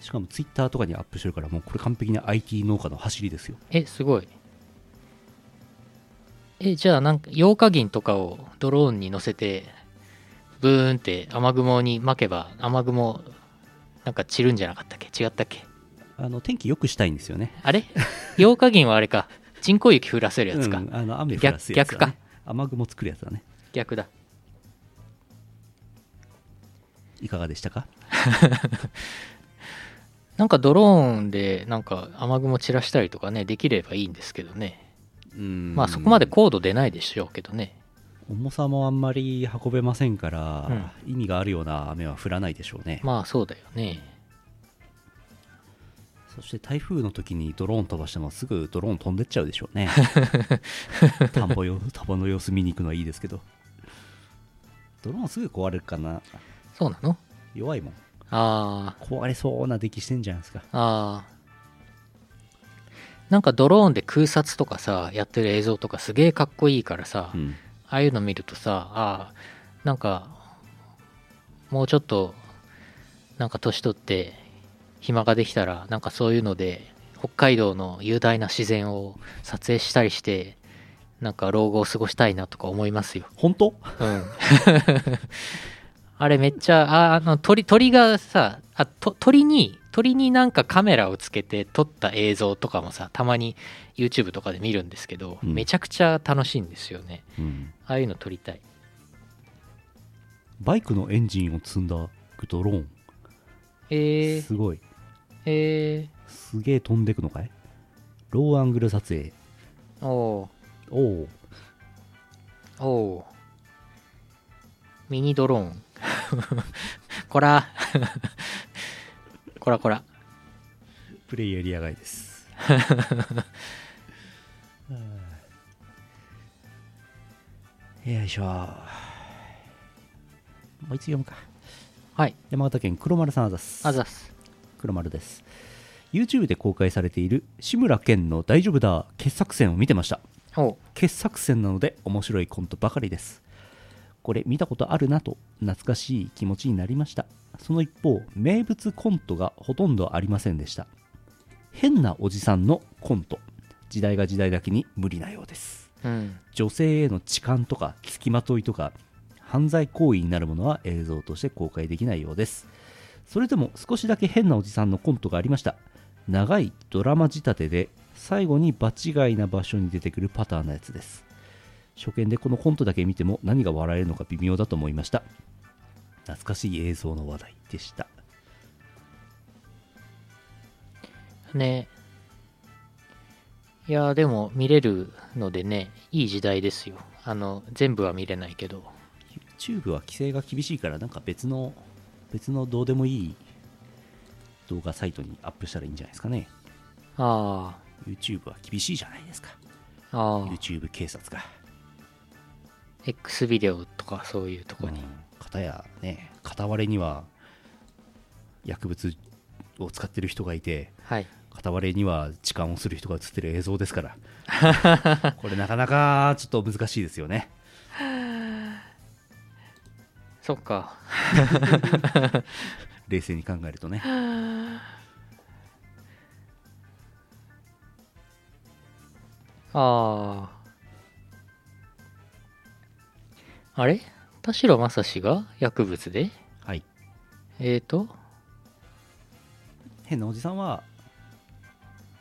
[SPEAKER 2] しかもツイッターとかにアップしてるからもうこれ完璧な IT 農家の走りですよ
[SPEAKER 1] えすごいえじゃあなんかヨウカ銀とかをドローンに乗せてブーンって雨雲に巻けば雨雲なんか散るんじゃなかったっけ違ったっけ
[SPEAKER 2] あの天気良くしたいんですよね
[SPEAKER 1] あれヨウカ銀はあれか人工雪降らせるやつか、
[SPEAKER 2] うんあの雨降らすや
[SPEAKER 1] 逆
[SPEAKER 2] つだ、ね、
[SPEAKER 1] 逆か
[SPEAKER 2] 雨雲作るやつだね
[SPEAKER 1] 逆だ
[SPEAKER 2] いかがでしたか
[SPEAKER 1] なんかドローンでなんか雨雲散らしたりとかねできればいいんですけどね
[SPEAKER 2] うん
[SPEAKER 1] まあそこまで高度出ないでしょうけどね
[SPEAKER 2] 重さもあんまり運べませんから、意味があるような雨は降らないでしょうね、
[SPEAKER 1] まあそうだよね
[SPEAKER 2] そして台風の時にドローン飛ばしてもすぐドローン飛んでっちゃうでしょ うね田んぼよ田んぼの様子見に行くのはいいですけどドローンすぐ壊れるかな
[SPEAKER 1] そうなの
[SPEAKER 2] 弱いもん
[SPEAKER 1] ああ
[SPEAKER 2] 壊れそうな出来してんじゃないですか
[SPEAKER 1] ああなんかドローンで空撮とかさやってる映像とかすげえかっこいいからさ、
[SPEAKER 2] う
[SPEAKER 1] あ
[SPEAKER 2] ん
[SPEAKER 1] あいうの見るとさああなんかもうちょっとなんか年取って暇ができたらなんかそういうので北海道の雄大な自然を撮影したりしてなんか老後を過ごしたいなとか思いますよ
[SPEAKER 2] 本当
[SPEAKER 1] うん、あれめっちゃああの鳥鳥がさあと鳥に鳥になんかカメラをつけて撮った映像とかもさたまに YouTube とかで見るんですけど、
[SPEAKER 2] うん
[SPEAKER 1] めちゃくちゃ楽しいんですよね
[SPEAKER 2] うん
[SPEAKER 1] ああいうの撮りたい
[SPEAKER 2] バイクのエンジンを積んだグドローン、
[SPEAKER 1] えー、
[SPEAKER 2] すごい
[SPEAKER 1] え
[SPEAKER 2] すげえ飛んでくのかいローアングル撮影
[SPEAKER 1] ー、お
[SPEAKER 2] おお
[SPEAKER 1] おおーミニドローン こら こらこら
[SPEAKER 2] プレイエリア外です よいしょもう一つ読むか
[SPEAKER 1] はい
[SPEAKER 2] 山形県黒丸さんあざっす
[SPEAKER 1] あざっす
[SPEAKER 2] 黒丸です YouTube で公開されている志村けんの「大丈夫だ」傑作選を見てました
[SPEAKER 1] おう
[SPEAKER 2] 傑作選なので面白いコントばかりですこれ見たことあるなと懐かしい気持ちになりましたその一方名物コントがほとんどありませんでした変なおじさんのコント時代が時代だけに無理なようです
[SPEAKER 1] うん
[SPEAKER 2] 女性への痴漢とか付きまといとか犯罪行為になるものは映像として公開できないようですそれでも少しだけ変なおじさんのコントがありました長いドラマ仕立てで最後に場違いな場所に出てくるパターンのやつです初見でこのコントだけ見ても何が笑えるのか微妙だと思いました懐かしい映像の話題でした
[SPEAKER 1] ねいやーでも見れるのでねいい時代ですよあの全部は見れないけど
[SPEAKER 2] YouTube は規制が厳しいからなんか別の別のどうでもいい動画サイトにアップしたらいいんじゃないですかね
[SPEAKER 1] あ
[SPEAKER 2] YouTube は厳しいじゃないですか
[SPEAKER 1] あああ
[SPEAKER 2] YouTube 警察が
[SPEAKER 1] X ビデオとかそういうとこ
[SPEAKER 2] ここ
[SPEAKER 1] に
[SPEAKER 2] に片やね片割れには薬物を使ってる人がいて
[SPEAKER 1] はい
[SPEAKER 2] 片割れには痴漢をする人が映ってる映像ですから これなかなかちょっと難しいですよね
[SPEAKER 1] そっか
[SPEAKER 2] 冷静に考えるとね
[SPEAKER 1] あああれ田代正史が薬物で
[SPEAKER 2] はい
[SPEAKER 1] えーと
[SPEAKER 2] 変なおじさんは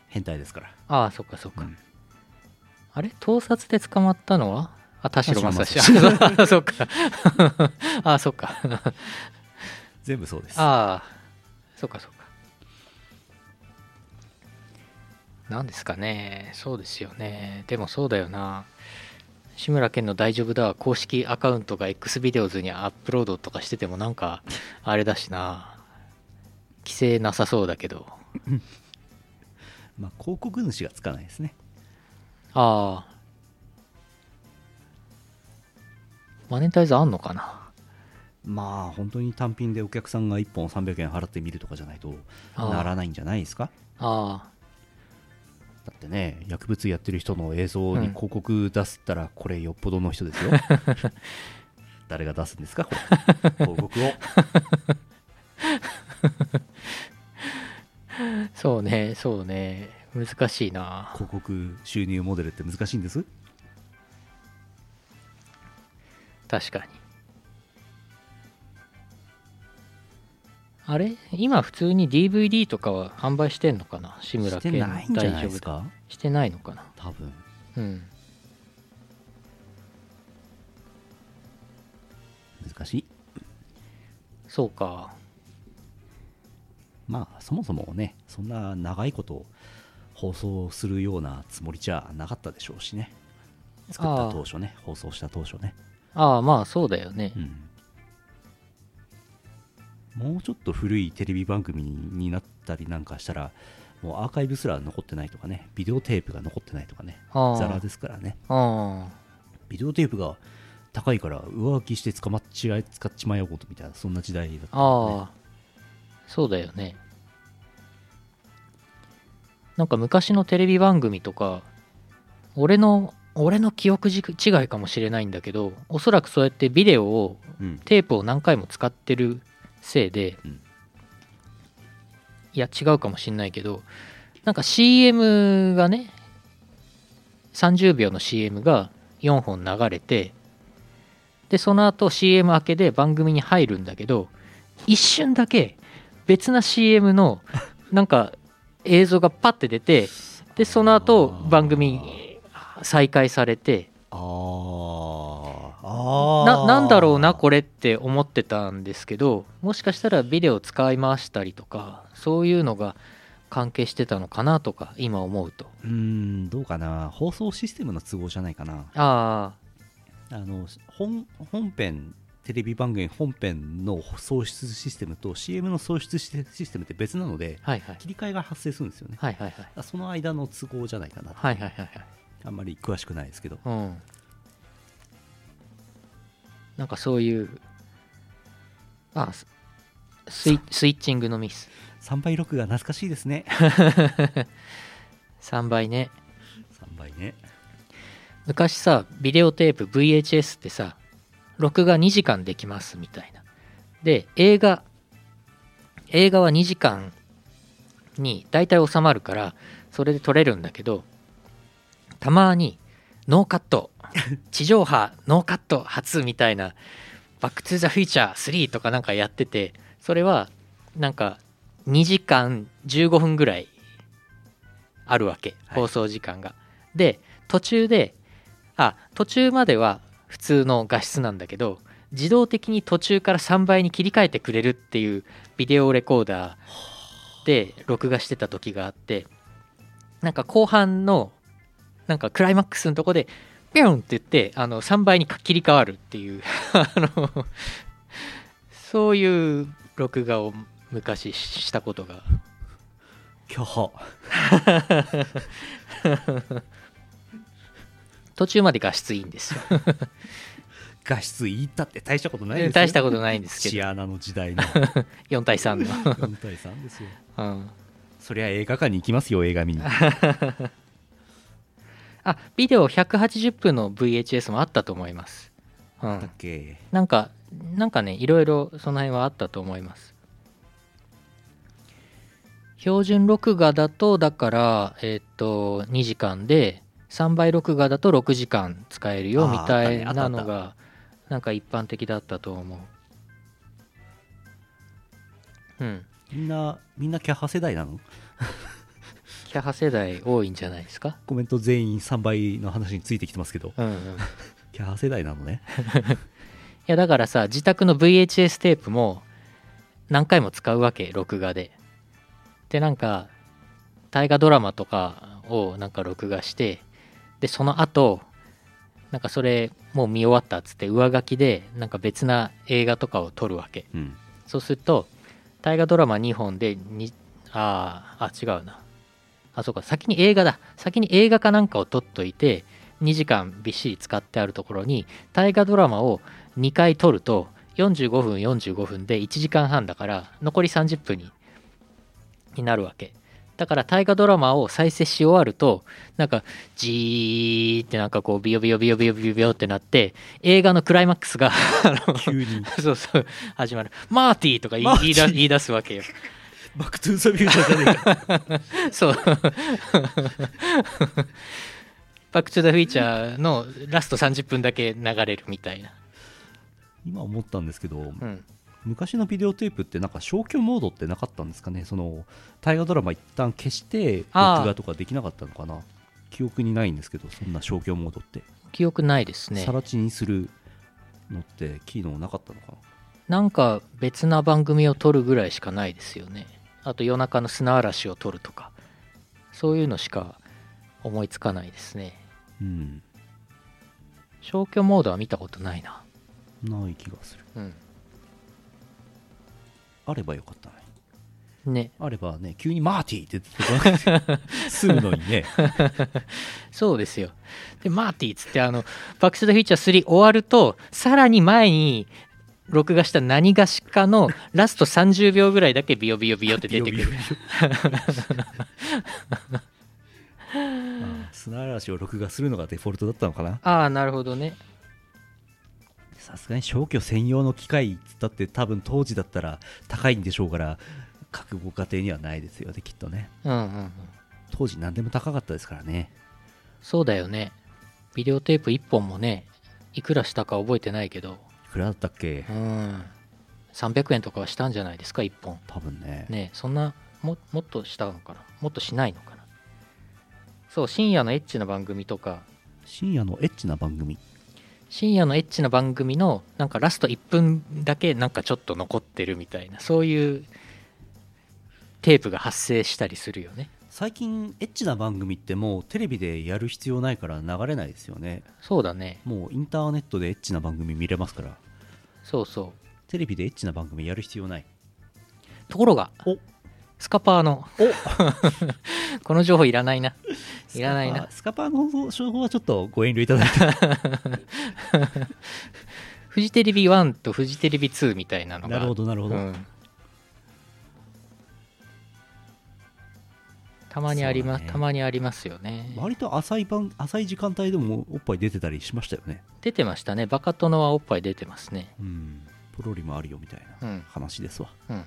[SPEAKER 2] 変態ですから
[SPEAKER 1] ああそっかそっか、
[SPEAKER 2] うん
[SPEAKER 1] あれ盗撮で捕まったのはあ田代正史
[SPEAKER 2] 田代
[SPEAKER 1] あ あそっかああそっか
[SPEAKER 2] 全部そうです
[SPEAKER 1] ああそっかそっかなんですかねそうですよねでもそうだよな志村けんの「大丈夫だ」公式アカウントが X ビデオズにアップロードとかしててもなんかあれだしな規制なさそうだけど
[SPEAKER 2] まあ、広告主がつかないですね
[SPEAKER 1] ああマネタイズあんのかな
[SPEAKER 2] まあ本当に単品でお客さんが1本300円払ってみるとかじゃないと
[SPEAKER 1] あー
[SPEAKER 2] ならないんじゃないですか
[SPEAKER 1] ああ
[SPEAKER 2] だってね薬物やってる人の映像
[SPEAKER 1] うん
[SPEAKER 2] に広告出すったらこれよっぽどの 人ですよ、誰が出すんですかこれ広告を
[SPEAKER 1] そうねそうね難しいな
[SPEAKER 2] 広告収入モデルって難しいんです
[SPEAKER 1] 確かにあれ今普通に DVD とかは販売してんのかな志村
[SPEAKER 2] し
[SPEAKER 1] け
[SPEAKER 2] て
[SPEAKER 1] んの
[SPEAKER 2] ないんじゃないですか
[SPEAKER 1] してないのかな
[SPEAKER 2] 多分
[SPEAKER 1] うん
[SPEAKER 2] 難しい
[SPEAKER 1] そうか
[SPEAKER 2] まあそもそもねそんな長いこと放送するようなつもりじゃなかったでしょうしね作っ
[SPEAKER 1] あ
[SPEAKER 2] た
[SPEAKER 1] あ
[SPEAKER 2] 当初ね放送した当初ね
[SPEAKER 1] ああまあそうだよね
[SPEAKER 2] うんもうちょっと古いテレビ番組になったりなんかしたらもうアーカイブすら残ってないとかねビデオテープが残ってないとかね
[SPEAKER 1] ああ
[SPEAKER 2] ザラですからね
[SPEAKER 1] あ
[SPEAKER 2] ビデオテープが高いから上書きして捕まっちゃ使っちまいようことみたいなそんな時代だったんで
[SPEAKER 1] あああそうだよねなんか昔のテレビ番組とか俺の俺の記憶じ違いかもしれないんだけどおそらくそうやってビデオを
[SPEAKER 2] うん
[SPEAKER 1] テープを何回も使ってるせいで、
[SPEAKER 2] うん
[SPEAKER 1] いや違うかもしんないけどなんか CM がね30秒の CM が4本流れてでその後 CM 明けで番組に入るんだけど一瞬だけ別な CM のなんか映像がパッて出てでその後
[SPEAKER 2] あー
[SPEAKER 1] 番組再開されて
[SPEAKER 2] あーああ
[SPEAKER 1] ななんだろうな
[SPEAKER 2] れ
[SPEAKER 1] これって思ってたんですけどもしかしたらビデオ使い回したりとかそういうのが関係してたのかなとか今思うと
[SPEAKER 2] うーんどうかな放送システムの都合じゃないかな
[SPEAKER 1] あ
[SPEAKER 2] あの本本編テレビ番組本編の創出システムと CM の創出システムって別なので
[SPEAKER 1] あはいはい
[SPEAKER 2] 切り替えが発生するんですよね
[SPEAKER 1] はいはいはい
[SPEAKER 2] あその間の都合じゃないかな
[SPEAKER 1] はいはいはいはい
[SPEAKER 2] あんまり詳しくないですけど
[SPEAKER 1] うん、なんかそういうあススイスイッチングのミス
[SPEAKER 2] 3倍録画懐かしいですね
[SPEAKER 1] 3倍ね
[SPEAKER 2] 3倍ね
[SPEAKER 1] 昔さビデオテープ VHS ってさ録画2時間できますみたいなで映画映画は2時間に大体収まるからそれで撮れるんだけどたまにノーカッ ト地上波ノーカット初みたいなバック・トゥ・ザ・フューチャー3とかなんかやっててそれはなんか2時間15分ぐらいあるわけ
[SPEAKER 2] はい
[SPEAKER 1] 放送時間が、で途中であ途中までは普通の画質なんだけど自動的に途中から3倍に切り替えてくれるっていうビデオレコーダーで録画してた時があってなんか後半のなんかクライマックスのとこでピュンって言ってあの3倍に切り替わるっていう あのそういう録画を昔したことが
[SPEAKER 2] 今日
[SPEAKER 1] 途中まで画質いいん ですよ
[SPEAKER 2] 画質いいったって大したことないですよ
[SPEAKER 1] 大したことないんですけ
[SPEAKER 2] チ
[SPEAKER 1] ど
[SPEAKER 2] アナの時 代の
[SPEAKER 1] 4対3の、
[SPEAKER 2] 4対3ですよ
[SPEAKER 1] うん、
[SPEAKER 2] そりゃ映画館に行きますよ映画見 に
[SPEAKER 1] あビデオ180分の VHS もあったと思います、う
[SPEAKER 2] だ
[SPEAKER 1] ん
[SPEAKER 2] っ、け
[SPEAKER 1] なんかなんかねいろいろその辺はあったと思います標準録画だとだからえーっと2時間で3倍録画だと6時間使えるよ
[SPEAKER 2] あ
[SPEAKER 1] み
[SPEAKER 2] ー
[SPEAKER 1] たい
[SPEAKER 2] あ
[SPEAKER 1] な
[SPEAKER 2] ったねあったあ
[SPEAKER 1] の
[SPEAKER 2] った
[SPEAKER 1] がなんか一般的だったと思ううん
[SPEAKER 2] みんなみんなキャハ世代なの
[SPEAKER 1] キャハ世代多いんじゃないですか
[SPEAKER 2] コメント全員3倍の話についてきてますけど
[SPEAKER 1] うんうん
[SPEAKER 2] キャハ世代なのね
[SPEAKER 1] いやだからさ自宅の VHS テープも何回も使うわけ録画ででなんか大河ドラマとかをなんか録画してでその後なんかそれもう見終わったっつって上書きでなんか別な映画とかを撮るわけ
[SPEAKER 2] うん
[SPEAKER 1] そうすると大河ドラマ2本でにあーあ違うなあそうか先に映画だ先に映画かなんかを撮っといて2時間びっしり使ってあるところに大河ドラマを2回撮ると45分45分で1時間半だから残り30分にになるわけだから大河ドラマを再生し終わるとなんかジーってなんかこうビヨビヨビヨビヨビヨビヨってなって映画のクライマックスがあの
[SPEAKER 2] 急 に
[SPEAKER 1] そうそう、始まる。マーティーとか言い
[SPEAKER 2] マーテ
[SPEAKER 1] 言い
[SPEAKER 2] ィー
[SPEAKER 1] だ言い出すわけよ。
[SPEAKER 2] バックトゥーザビューチャーじゃねえか
[SPEAKER 1] そう。 バック・トゥ・ザ・フィーチャーのラスト30分だけ流れるみたいな。
[SPEAKER 2] 今思ったんですけど、
[SPEAKER 1] うん。
[SPEAKER 2] 昔のビデオテープってなんか消去モードってなかったんですかねその大河ドラマ一旦消して録
[SPEAKER 1] あー
[SPEAKER 2] 画とかできなかったのかな記憶にないんですけどそんな消去モードって
[SPEAKER 1] 記憶ないですね
[SPEAKER 2] さ。ら地にするのって機能なかったのかな
[SPEAKER 1] なんか別な番組を撮るぐらいしかないですよね。あと夜中の砂嵐を撮るとか。そういうのしか思いつかないですね。
[SPEAKER 2] うん
[SPEAKER 1] 消去モードは見たことないな。
[SPEAKER 2] ない気がする
[SPEAKER 1] うん。
[SPEAKER 2] あればよかったね
[SPEAKER 1] ね。
[SPEAKER 2] あればね急にマーティーって出てくるわけです よするのにね
[SPEAKER 1] そうですよ。で、マーティーっつって、あの、バックス・ザ・フィーチャー3終わると、さらに前に、録画した何がしかのラスト30秒ぐらいだけビヨビヨビヨって出てく る。
[SPEAKER 2] あー砂嵐を録画するのがデフォルトだったのかな
[SPEAKER 1] ああ、なるほどね。
[SPEAKER 2] さすがに消去専用の機械っつったって多分当時だったら高いんでしょうから各ご家庭にはないですよねきっとね
[SPEAKER 1] うんうんうん。
[SPEAKER 2] 当時何でも高かったですからね
[SPEAKER 1] そうだよね。ビデオテープ1本もね、いくらしたか覚えてないけど、
[SPEAKER 2] いくらだったっけ
[SPEAKER 1] うん。300円とかはしたんじゃないですか、1本。
[SPEAKER 2] 多分ね
[SPEAKER 1] ねえそんなももっとしたのかなもっとしないのかなそう深夜のエッチな番組とか
[SPEAKER 2] 深夜のエッチな番組
[SPEAKER 1] 深夜のエッチな番組のなんかラスト1分だけなんかちょっと残ってるみたいなそういうテープが発生したりするよね
[SPEAKER 2] 最近エッチな番組ってもうテレビでやる必要ないから流れないですよね
[SPEAKER 1] そうだね
[SPEAKER 2] もうインターネットでエッチな番組見れますから
[SPEAKER 1] そうそう
[SPEAKER 2] テレビでエッチな番組やる必要ない
[SPEAKER 1] ところが
[SPEAKER 2] お
[SPEAKER 1] スカパーの この情報いらないないらないな
[SPEAKER 2] スカパースカパーの情報はちょっとご遠慮いただいて
[SPEAKER 1] フジテレビ1とフジテレビ2みたいなのが
[SPEAKER 2] なるほどなるほど、
[SPEAKER 1] うんたまにあります、
[SPEAKER 2] そうだね
[SPEAKER 1] たまにありますよね
[SPEAKER 2] 割と浅い番浅い時間帯でもおっぱい出てたりしましたよね
[SPEAKER 1] 出てましたねバカ殿はおっぱい出てますね
[SPEAKER 2] うんポロリもあるよみたいな
[SPEAKER 1] うん
[SPEAKER 2] 話ですわ、
[SPEAKER 1] うん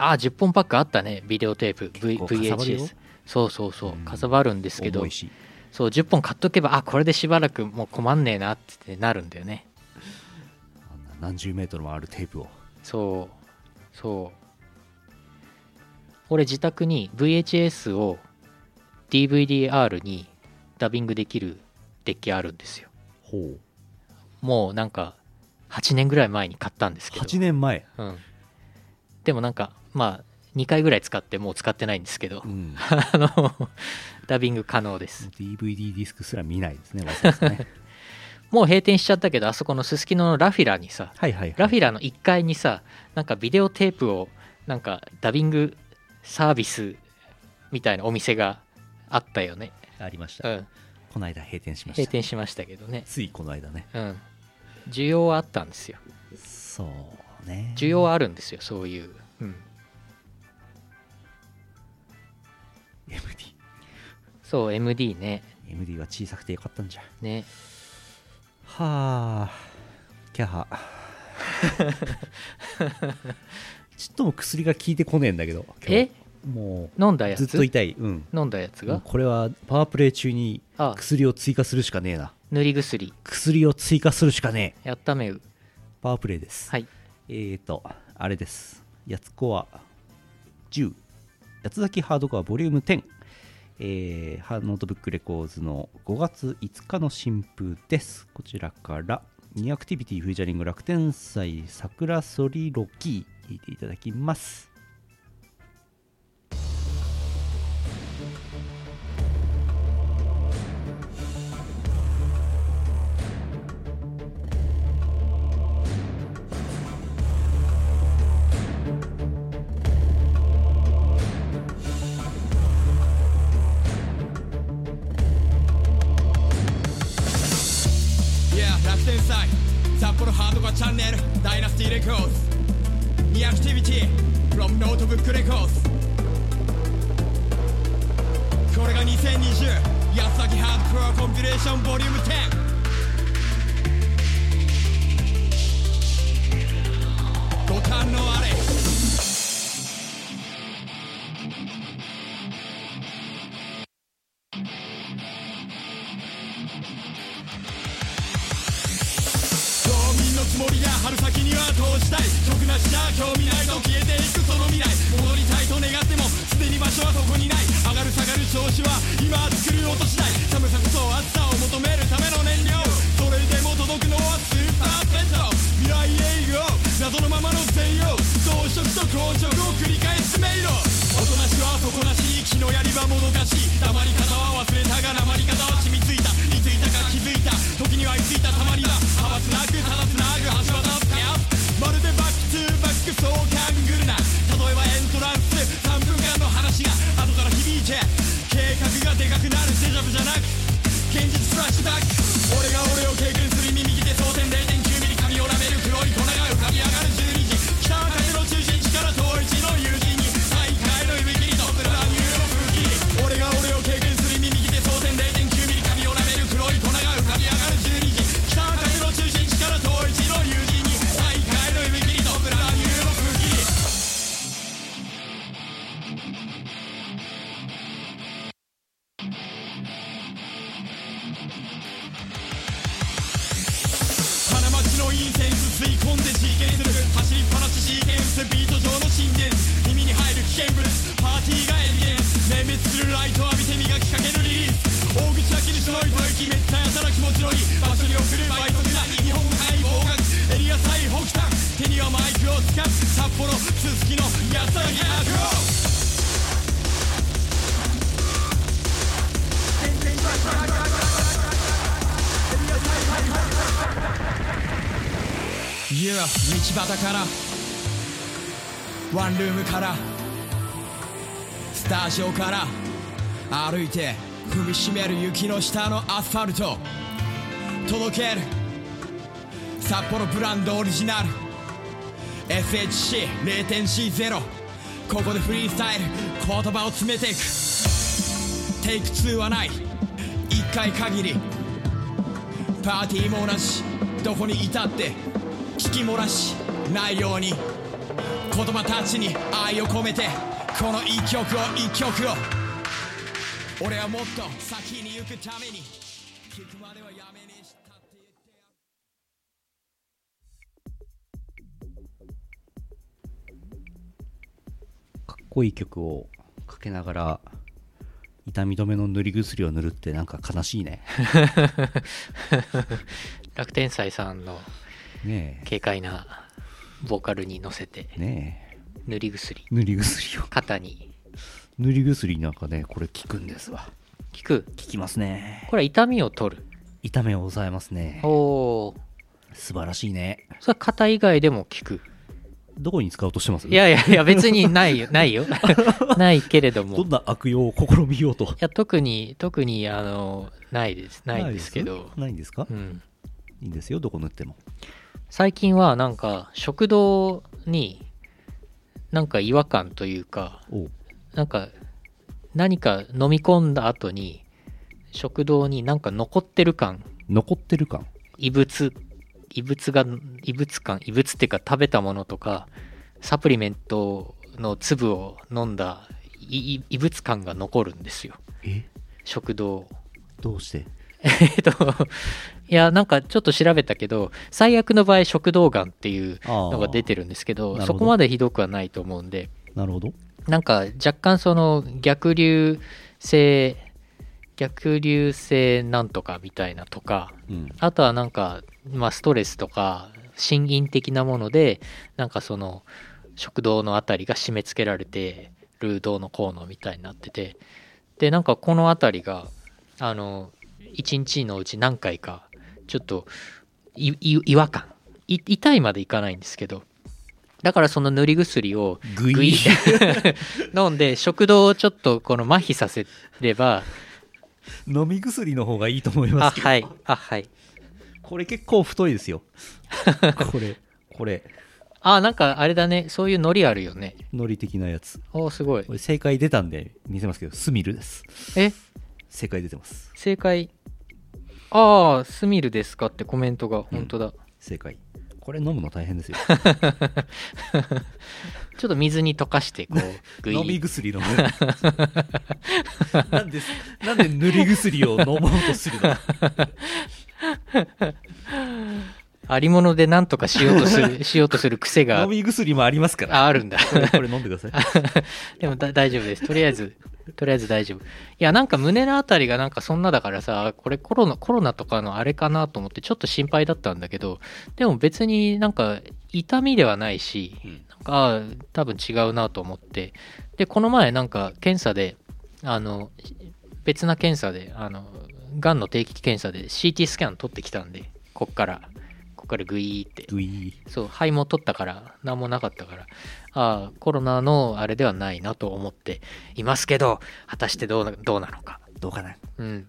[SPEAKER 1] ああ10本パックあったねビデオテープ、v、
[SPEAKER 2] 結構かさばるよ
[SPEAKER 1] VHS そうそうそう
[SPEAKER 2] うん
[SPEAKER 1] かさばるんですけど
[SPEAKER 2] 重いし
[SPEAKER 1] そう10本買っとけばあこれでしばらくもう困んねえなってなるんだよね
[SPEAKER 2] あんな何十メートルもあるテープを
[SPEAKER 1] そうそう俺自宅に VHS を DVDR にダビングできるデッキあるんですよ
[SPEAKER 2] ほう
[SPEAKER 1] もうなんか8年ぐらい前に買ったんですけど
[SPEAKER 2] 8年前、
[SPEAKER 1] うん、でもなんかまあ2回ぐらい使ってもう使ってないんですけど、
[SPEAKER 2] うん、
[SPEAKER 1] あのダビング可能です
[SPEAKER 2] DVD ディスクすら見ないですねわざわ ざね
[SPEAKER 1] もう閉店しちゃったけどあそこのすすきののラフィラにさ
[SPEAKER 2] はいはい、はい、
[SPEAKER 1] ラフィラの1階にさなんかビデオテープをなんかダビングサービスみたいなお店があったよね、
[SPEAKER 2] ありました、
[SPEAKER 1] うん、
[SPEAKER 2] この間閉店しました
[SPEAKER 1] 閉店しましたけどね、
[SPEAKER 2] ついこの間ね
[SPEAKER 1] うん、需要はあったんですよ
[SPEAKER 2] そうね
[SPEAKER 1] 需要はあるんですよそういう、うん、
[SPEAKER 2] MD
[SPEAKER 1] そう MD ね
[SPEAKER 2] MD は小さくてよかったんじゃ
[SPEAKER 1] ね
[SPEAKER 2] はあキャハちっとも薬が効いてこねえんだけど今日
[SPEAKER 1] え
[SPEAKER 2] も
[SPEAKER 1] 飲んだ
[SPEAKER 2] う
[SPEAKER 1] や
[SPEAKER 2] ず
[SPEAKER 1] つ
[SPEAKER 2] っと痛いうん
[SPEAKER 1] 飲んだやつ
[SPEAKER 2] もう
[SPEAKER 1] が
[SPEAKER 2] これはパワープレイ中に
[SPEAKER 1] あ
[SPEAKER 2] 薬を追加するしかねえな
[SPEAKER 1] 塗り薬
[SPEAKER 2] 薬を追加するしかねえ
[SPEAKER 1] やっためう
[SPEAKER 2] パワープレイです、
[SPEAKER 1] はい
[SPEAKER 2] えーとあれですやつこは10やつ崎ハードコアボリューム10えー、ハーノートブックレコーズの5月5日の新風ですこちらからニアクティビティフューチャリング楽天祭桜ソリロキー聞いていただきます
[SPEAKER 4] いや楽天祭札幌ハードコアチャンネルダイナスティレコーズニアクティビティ from ノートブックレコーズこれが2020安崎ハードコアコンピレーションボリューム10ご堪能あれ道民のつもりが春先には通したい曲なしじゃ興味ないと消えていくその未来戻りたいと願ってもすでに場所はここにない上がる下がる調子は今作る音次第寒さこそ暑さを求めるための燃料それでも届くのはスーパーセット未来営業謎のままの全容増殖と硬直を繰り返す迷路おとなしは底なし気のやりはもどかしい黙り方は忘れたが黙り方は染みついたいついたか気づいた時にはいついたたまには派閥なくただつなぐ橋渡すやまるでバックトゥーバックそうキャングルな例えばエントランス3分間の話が後から響いて計画がでかくなるデジャブじゃなく現実フラッシュバック俺が俺を経験する耳切手蒼天0.9ミリ髪をなめる黒い粉が浮かび上がる12時北は風の中心地から遠い地の友人に大会の指切りとブラニューの武器俺が俺を経験する耳切手蒼天0.9ミリ髪をなめる黒い粉が浮かび上がる12時北は風の中心地から遠い地の友人に大会の指切りとブラニューの武器花街のインセンス吸い込んで実験する走りっぱなしシーケンスビート上の神殿耳に入る危険物パーティーがエビデンス明滅するライト浴びて磨きかけるリリース大口はきりしろい吐息めっちゃやたら気持ちのいい場所に送るバイトな日本海洋楽エリア最北端手にはマイクを使う札幌すすきのやさぎアグロいや道端からワンルームからスタジオから歩いて踏みしめる雪の下のアスファルト届ける札幌ブランドオリジナル SHC0.C0 ここでフリースタイル言葉を詰めていくテイク2はない1回限りパーティーも同じどこに至って聞き漏らしないように言葉たちに愛を込めてこの一曲を一曲を俺はもっと先に行くために聞くまではやめにしたって言って
[SPEAKER 2] かっこいい曲をかけながら痛み止めの塗り薬を塗るってなんか悲しいね
[SPEAKER 1] 楽天斎さんの
[SPEAKER 2] ね
[SPEAKER 1] 軽快なボーカルに乗せて
[SPEAKER 2] えね
[SPEAKER 1] 塗り薬
[SPEAKER 2] え塗り薬を
[SPEAKER 1] 肩に
[SPEAKER 2] 塗り薬なんかねこれ効くんですわ
[SPEAKER 1] 効く
[SPEAKER 2] 効きますね
[SPEAKER 1] これは痛みを取る
[SPEAKER 2] 痛みを抑えますね
[SPEAKER 1] おおー
[SPEAKER 2] 素晴らしいね
[SPEAKER 1] それは肩以外でも効く
[SPEAKER 2] どこに使おうとしてます
[SPEAKER 1] いやいやいや別にないよないよ ないけれども
[SPEAKER 2] どんな悪用を試みようと
[SPEAKER 1] いや特に特にあのないですないんですけど
[SPEAKER 2] ないんですか、
[SPEAKER 1] うん、
[SPEAKER 2] いいんですよどこ塗っても
[SPEAKER 1] 最近はなんか食堂になんか違和感というか
[SPEAKER 2] おう
[SPEAKER 1] なんか何か飲み込んだ後に食堂になんか残ってる感
[SPEAKER 2] 残ってる感
[SPEAKER 1] 異物異物が異物感異物っていうか食べたものとかサプリメントの粒を飲んだいい異物感が残るんですよ
[SPEAKER 2] え
[SPEAKER 1] 食堂
[SPEAKER 2] どうして
[SPEAKER 1] えっといやなんかちょっと調べたけど最悪の場合食道がんっていうのが出てるんですけ
[SPEAKER 2] あー
[SPEAKER 1] ど
[SPEAKER 2] なるほ
[SPEAKER 1] そ
[SPEAKER 2] ど
[SPEAKER 1] こまでひどくはないと思うんで
[SPEAKER 2] なるほど
[SPEAKER 1] なんか若干その逆流性逆流性なんとかみたいなとか
[SPEAKER 2] うん
[SPEAKER 1] あとはなんか、まあ、ストレスとか心因的なものでなんかその食道のあたりが締め付けられてるどうのこうのみたいになっててでなんかこのあたりがあの1日のうち何回かちょっといい違和感い痛いまでいかないんですけどだからその塗り薬を
[SPEAKER 2] グイ
[SPEAKER 1] グイ飲んで食道をちょっとこの麻痺させれば
[SPEAKER 2] 飲み薬の方がいいと思いま
[SPEAKER 1] あ
[SPEAKER 2] すけど
[SPEAKER 1] はいあはい
[SPEAKER 2] これ結構太いで すよこれこれ
[SPEAKER 1] あなんかあれだねそういうノリあるよね
[SPEAKER 2] ノリ的なやつ
[SPEAKER 1] おーすごい
[SPEAKER 2] これ正解出たんで見せますけどスミルです
[SPEAKER 1] え
[SPEAKER 2] 正解出てます
[SPEAKER 1] 正解ああスミルですかってコメントが本当だ、
[SPEAKER 2] 正解これ飲むの大変ですよ
[SPEAKER 1] ちょっと水に溶かしてこう グイ
[SPEAKER 2] 飲み
[SPEAKER 1] ー
[SPEAKER 2] 薬飲むなんですなんで塗り薬を飲もうとするの
[SPEAKER 1] ありもので何とかしようとするしようとする癖 が
[SPEAKER 2] 飲み薬もありますから
[SPEAKER 1] ああるんだ
[SPEAKER 2] これこれ飲んでくだ さい
[SPEAKER 1] でもだ大丈夫ですとりあえずとりあえず大丈夫いやなんか胸のあたりがなんかそんなだからさこれコロナコロナとかのあれかなと思ってちょっと心配だったんだけどでも別になんか痛みではないし、
[SPEAKER 2] ん
[SPEAKER 1] なんかあー多分違うなと思ってでこの前なんか検査であの別な検査であのがんの定期検査で CT スキャン取ってきたんでこっからこっからグイーって
[SPEAKER 2] グイ
[SPEAKER 1] そう肺も取ったから何もなかったからああコロナのあれではないなと思っていますけど果たしてどうなどうなのか
[SPEAKER 2] どうかな
[SPEAKER 1] うん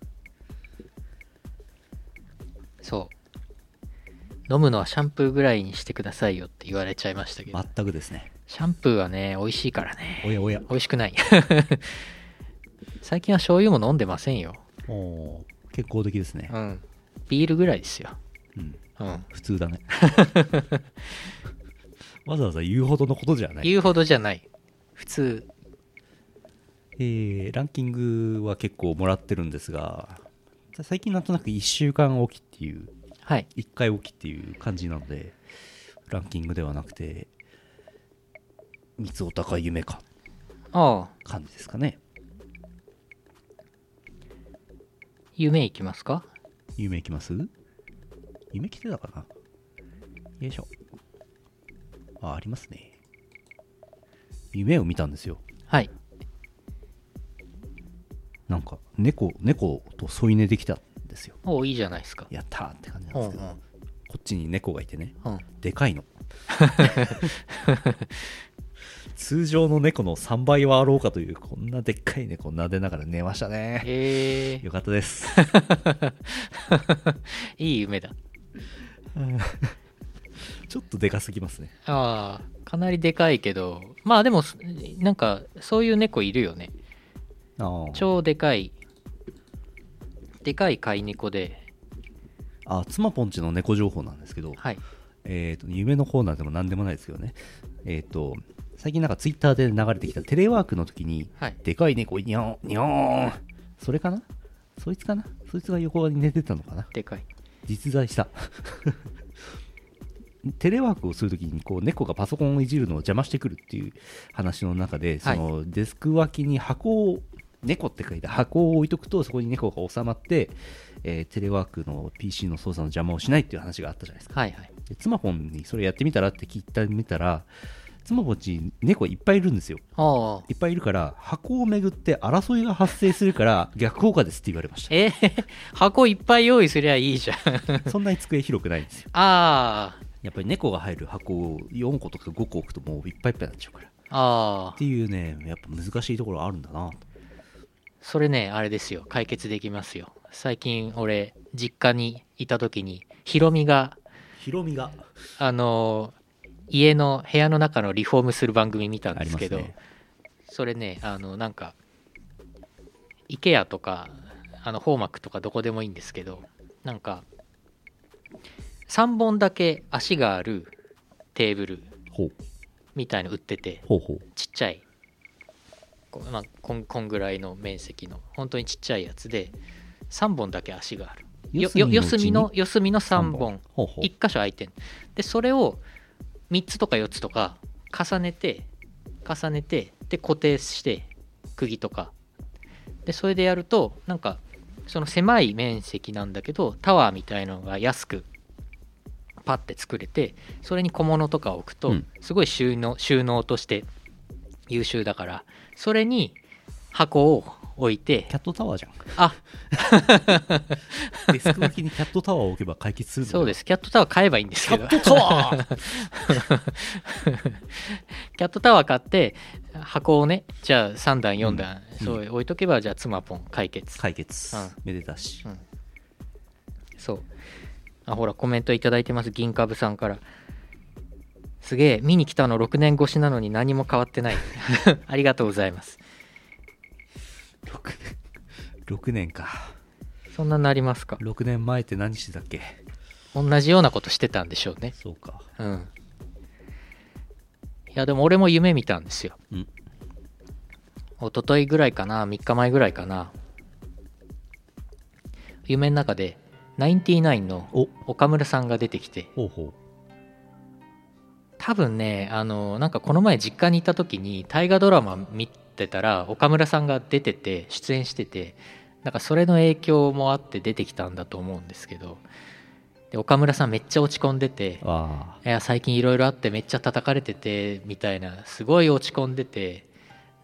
[SPEAKER 1] そう飲むのはシャンプーぐらいにしてくださいよって言われちゃいましたけど、
[SPEAKER 2] 全くですね
[SPEAKER 1] シャンプーはね美味しいからね
[SPEAKER 2] おやおや
[SPEAKER 1] 美味しくない 最近は醤油も飲んでませんよ
[SPEAKER 2] おー健康的ですね
[SPEAKER 1] う、んビールぐらいですよ
[SPEAKER 2] うん、
[SPEAKER 1] うん
[SPEAKER 2] 普通だね わざわざ言うほどのことじゃない
[SPEAKER 1] 言うほどじゃない普通
[SPEAKER 2] えーランキングは結構もらってるんですが最近なんとなく1週間おきっていう
[SPEAKER 1] はい
[SPEAKER 2] 1回おきっていう感じなのでランキングではなくて三つお高い夢か
[SPEAKER 1] ああ
[SPEAKER 2] 感じですかね
[SPEAKER 1] 夢いきますか
[SPEAKER 2] 夢いきます夢来てたかなよいしょ。あ、ありますね。夢を見たんですよ。
[SPEAKER 1] はい
[SPEAKER 2] なんか、猫、猫と添い寝できたんですよ。
[SPEAKER 1] おいいじゃないですか
[SPEAKER 2] やったーって感じなん
[SPEAKER 1] う
[SPEAKER 2] で
[SPEAKER 1] ん
[SPEAKER 2] す
[SPEAKER 1] う
[SPEAKER 2] けど、
[SPEAKER 1] ん
[SPEAKER 2] こっちに猫がいてね、
[SPEAKER 1] うん
[SPEAKER 2] でかいの。通常の猫の3倍はあろうかという、こんなでっかい猫を撫でながら寝ましたね。
[SPEAKER 1] へえ
[SPEAKER 2] よかっ たです。
[SPEAKER 1] いい夢だ
[SPEAKER 2] ちょっとでかすぎますね。
[SPEAKER 1] ああかなりでかいけどまあでもなんかそういう猫いるよね
[SPEAKER 2] あー
[SPEAKER 1] 超でかいでかい飼い猫で
[SPEAKER 2] あ、妻ポンチの猫情報なんですけど、
[SPEAKER 1] はい
[SPEAKER 2] えーと夢のコーナーでも何でもないですけどね、えー、と最近なんかツイッターで流れてきたテレワークの時に、
[SPEAKER 1] はい
[SPEAKER 2] でかい猫にゃんにゃんそれかなそいつかなそいつが横に寝てたのかな
[SPEAKER 1] でかい
[SPEAKER 2] 実在した テレワークをするときにこう猫がパソコンをいじるのを邪魔してくるっていう話の中でそ
[SPEAKER 1] はい
[SPEAKER 2] のデスク脇に箱を猫って書いて箱を置いとくとそこに猫が収まって、えーテレワークの PC の操作の邪魔をしないっていう話があったじゃないですか
[SPEAKER 1] はいはい
[SPEAKER 2] で妻ポンにそれやってみたらって聞いてみたら妻ポンち猫いっぱいいるんですよ
[SPEAKER 1] ああ
[SPEAKER 2] いっぱいいるから箱をめぐって争いが発生するから逆効果ですって言われまし
[SPEAKER 1] えー 箱いっぱい用意すりゃいいじゃん
[SPEAKER 2] たそんなに机広くないんですよ
[SPEAKER 1] ああ
[SPEAKER 2] やっぱり猫が入る箱を4個とか5個置くともういっぱいいっぱいになっちゃうからっ
[SPEAKER 1] ああ
[SPEAKER 2] ていうねやっぱ難しいところあるんだなと
[SPEAKER 1] それねあれですよ解決できますよ最近俺実家にいた時にヒロミが
[SPEAKER 2] ヒロミが
[SPEAKER 1] あのー家の部屋の中のリフォームする番組見たん
[SPEAKER 2] あ
[SPEAKER 1] で
[SPEAKER 2] り
[SPEAKER 1] す
[SPEAKER 2] ます
[SPEAKER 1] けど
[SPEAKER 2] ね
[SPEAKER 1] それねあのなんか IKEA とかあのホーマックとかどこでもいいんですけどなんか3本だけ足があるテーブル
[SPEAKER 2] ほう
[SPEAKER 1] みたいの売ってて
[SPEAKER 2] ほうほう
[SPEAKER 1] ちっちゃいこ,、まあ、こんこんぐらいの面積の本当にちっちゃいやつで3本だけ足があるよよ四隅の四隅の3本
[SPEAKER 2] ほうほう
[SPEAKER 1] 1箇所空いてんでそれを3つとか4つとか重ねて重ねてで固定して釘とかでそれでやるとなんかその狭い面積なんだけどタワーみたいのが安くパッて作れてそれに小物とか置くと、
[SPEAKER 2] うん
[SPEAKER 1] すごい収納収納として優秀だからそれに箱を置いて
[SPEAKER 2] キャットタワーじゃん
[SPEAKER 1] あ
[SPEAKER 2] デスク脇にキャットタワーを置けば解決するのかな
[SPEAKER 1] そうですキャットタワー買えばいいんです
[SPEAKER 2] キャ
[SPEAKER 1] けど
[SPEAKER 2] ットタワー
[SPEAKER 1] キャットタワー買って箱をねじゃあ3段4段、
[SPEAKER 2] うん
[SPEAKER 1] そう置いとけばじゃあ妻ポン解決、
[SPEAKER 2] 解決、
[SPEAKER 1] うん
[SPEAKER 2] めでたし、
[SPEAKER 1] うんそうあほらコメントいただいてます銀カブさんからすげえ見に来たの6年越しなのに何も変わってないありがとうございます
[SPEAKER 2] 6年6年か
[SPEAKER 1] そんななりますか
[SPEAKER 2] 6年前って何してたっけ
[SPEAKER 1] 同じようなことしてたんでしょうね
[SPEAKER 2] そうか
[SPEAKER 1] うんいやでも俺も夢見たんですよ
[SPEAKER 2] うん
[SPEAKER 1] 一昨日ぐらいかな3日前ぐらいかな夢の中でナインティナインの
[SPEAKER 2] お
[SPEAKER 1] 岡村さんが出てきて
[SPEAKER 2] ほうほ
[SPEAKER 1] 多分ねあのなんかこの前実家にいた時に大河ドラマ見てたら岡村さんが出てて出演しててなんかそれの影響もあって出てきたんだと思うんですけどで岡村さんめっちゃ落ち込んでて
[SPEAKER 2] うあ
[SPEAKER 1] いや最近いろいろあってめっちゃ叩かれててみたいなすごい落ち込んでて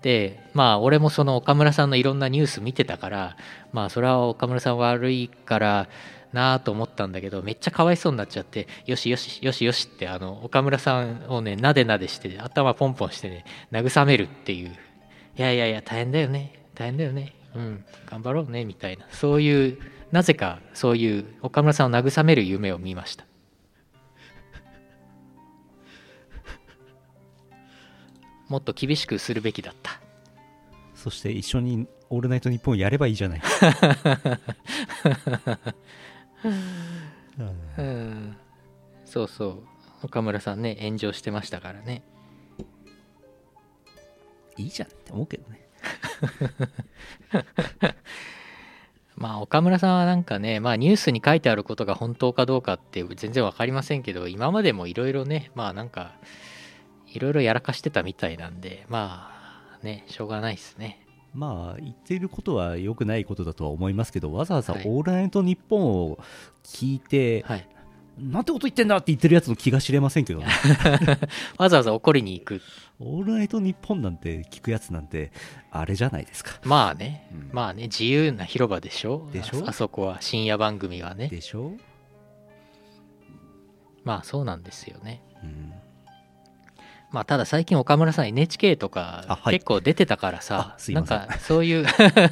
[SPEAKER 1] でまあ俺もその岡村さんのいろんなニュース見てたからまあそれは岡村さん悪いからなあと思ったんだけどめっちゃかわいそうになっちゃってよしよしよしよしってあの岡村さんをねなでなでして頭ポンポンしてね慰めるっていういやいやいや大変だよね大変だよねうん頑張ろうねみたいなそういうなぜかそういう岡村さんを慰める夢を見ましたもっと厳しくするべきだった
[SPEAKER 2] あそして一緒に「オールナイトニッポン」やればいいじゃない
[SPEAKER 1] うんそうそう岡村さんね炎上してましたからね
[SPEAKER 2] いいじゃんって思うけどね
[SPEAKER 1] まあ岡村さんはなんかね、まあ、ニュースに書いてあることが本当かどうかって全然わかりませんけど今までもいろいろねまあなんかいろいろやらかしてたみたいなんでまあねしょうがないですね
[SPEAKER 2] まあ言っていることは良くないことだとは思いますけどわざわざ
[SPEAKER 1] はい
[SPEAKER 2] 「オールナイトニッポン」を聞いて、
[SPEAKER 1] はい、
[SPEAKER 2] なんてこと言ってんだって言ってるやつの気が知れませんけどね
[SPEAKER 1] わざわざ怒りに行く
[SPEAKER 2] オールナイトニッポンなんて聞くやつなんてあれじゃないですか
[SPEAKER 1] まあね、
[SPEAKER 2] うん
[SPEAKER 1] まあね自由な広場でしょ
[SPEAKER 2] でしょ
[SPEAKER 1] ああそこは深夜番組はね
[SPEAKER 2] でしょ、
[SPEAKER 1] まあそうなんですよね
[SPEAKER 2] うん、
[SPEAKER 1] まあただ最近岡村さん NHK とか
[SPEAKER 2] あはい
[SPEAKER 1] 結構出てたからさ、
[SPEAKER 2] あすい
[SPEAKER 1] な
[SPEAKER 2] ま
[SPEAKER 1] ん
[SPEAKER 2] せん
[SPEAKER 1] かそういう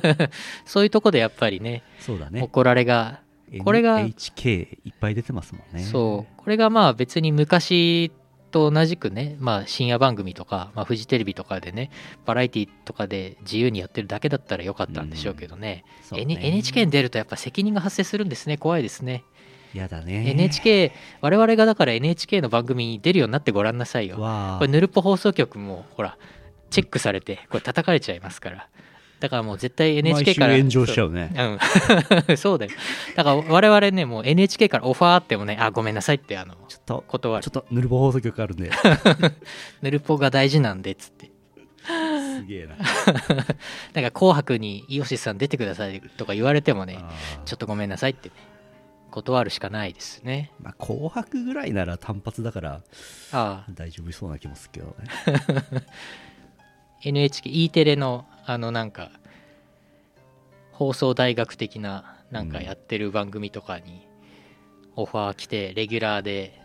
[SPEAKER 1] そういうとこでやっぱりね
[SPEAKER 2] そうだね
[SPEAKER 1] 怒られがこれが
[SPEAKER 2] HK いっぱい出てますもんね
[SPEAKER 1] そうこれがまあ別に昔と同じくね、まあ、深夜番組とか、まあ、フジテレビとかでねバラエティとかで自由にやってるだけだったらよかったんでしょうけどね,、
[SPEAKER 2] そうね
[SPEAKER 1] N- NHK に出るとやっぱ責任が発生するんですね怖いですね、
[SPEAKER 2] やだね
[SPEAKER 1] NHK 我々がだから NHK の番組に出るようになってごらんなさいよ
[SPEAKER 2] は
[SPEAKER 1] これヌルポ放送局もほらチェックされてこれ叩かれちゃいますからだからもう絶対 NHK から
[SPEAKER 2] 毎週炎上しちゃうね
[SPEAKER 1] うん、 そうだよ。だから我々ね、もう NHK からオファーあってもね、あ、ごめんなさいって、あの、
[SPEAKER 2] ちょっと
[SPEAKER 1] 断
[SPEAKER 2] ちょっ
[SPEAKER 1] る。
[SPEAKER 2] とヌルボ放送局あるん で
[SPEAKER 1] ヌルポが大事なんで、っつって。
[SPEAKER 2] すげえな
[SPEAKER 1] だから紅白にイオシスさん出てくださいとか言われてもね、
[SPEAKER 2] あー
[SPEAKER 1] ちょっとごめんなさいってね、断るしかないですね。
[SPEAKER 2] まあ、紅白ぐらいなら単発だから
[SPEAKER 1] ああ、
[SPEAKER 2] 大丈夫そうな気もするけどね
[SPEAKER 1] NHK、E テレの、あの、なんか、放送大学的な、なんかやってる番組とかに、オファー来て、レギュラーで、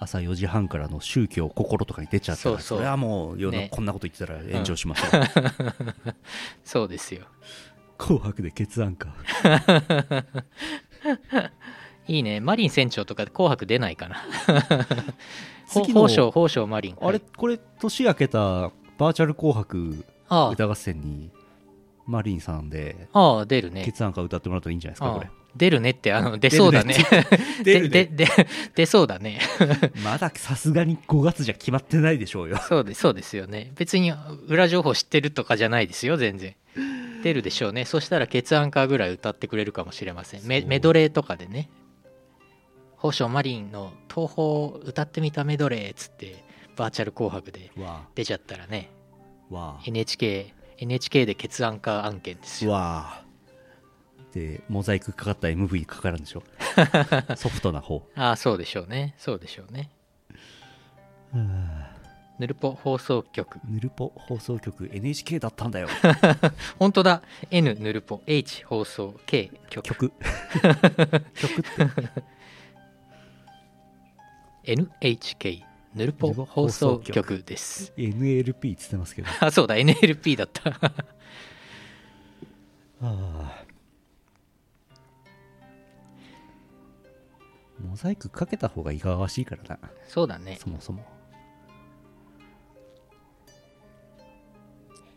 [SPEAKER 2] 朝4時半からの宗教心とかに出ちゃった
[SPEAKER 1] そう
[SPEAKER 2] ら
[SPEAKER 1] そう
[SPEAKER 2] それはもう世の
[SPEAKER 1] ね
[SPEAKER 2] こんなこと言ってたら炎上しまし ょう、
[SPEAKER 1] そうですよ。
[SPEAKER 2] 紅白で決断か
[SPEAKER 1] いいね。マリン船長とか紅白出ないかな。ほ
[SPEAKER 2] 次
[SPEAKER 1] 宝
[SPEAKER 2] の
[SPEAKER 1] 生、宝生マリン。
[SPEAKER 2] あれ
[SPEAKER 1] はい
[SPEAKER 2] これ年明けたバーチャル紅白
[SPEAKER 1] あ
[SPEAKER 2] 歌合戦にマリンさんで
[SPEAKER 1] あ、ああ、出る
[SPEAKER 2] 「
[SPEAKER 1] ね。
[SPEAKER 2] 決断歌」歌ってもらったらいいんじゃないですか
[SPEAKER 1] あ
[SPEAKER 2] こ
[SPEAKER 1] あ出るねって、あの、出そうだね。
[SPEAKER 2] 出るね
[SPEAKER 1] ででで出そうだね。
[SPEAKER 2] れまださすがに5月じゃ決まってないでしょうよ
[SPEAKER 1] そうです、そうですよね。別に裏情報知ってるとかじゃないですよ、全然。出るでしょうね。そしたら、ケツアンカーぐらい歌ってくれるかもしれません。メ
[SPEAKER 2] そう
[SPEAKER 1] メドレーとかでね。宝生マリンの東宝歌ってみたメドレーっつって、バーチャル紅白で
[SPEAKER 2] わ
[SPEAKER 1] 出ちゃったらね、
[SPEAKER 2] あわ
[SPEAKER 1] NHK、NHK でケツアンカー案件です
[SPEAKER 2] あ
[SPEAKER 1] よ。
[SPEAKER 2] わあでモザイクかかった MV にかかるん でしょソフトな方
[SPEAKER 1] ああ、そうでしょうね。そうでしょうね。
[SPEAKER 2] はあ
[SPEAKER 1] ヌルポ放送局。
[SPEAKER 2] ヌルポ放送局 NHK だったん だよ
[SPEAKER 1] 本当だ。N ヌルポ H 放送 K 局。
[SPEAKER 2] 曲曲って
[SPEAKER 1] NHK ヌルポ放送局です。
[SPEAKER 2] NLP っつってますけど
[SPEAKER 1] あ、そうだ。NLP だった。
[SPEAKER 2] ああモザイクかけた方がいかがわしいからな
[SPEAKER 1] そうだね。
[SPEAKER 2] そもそも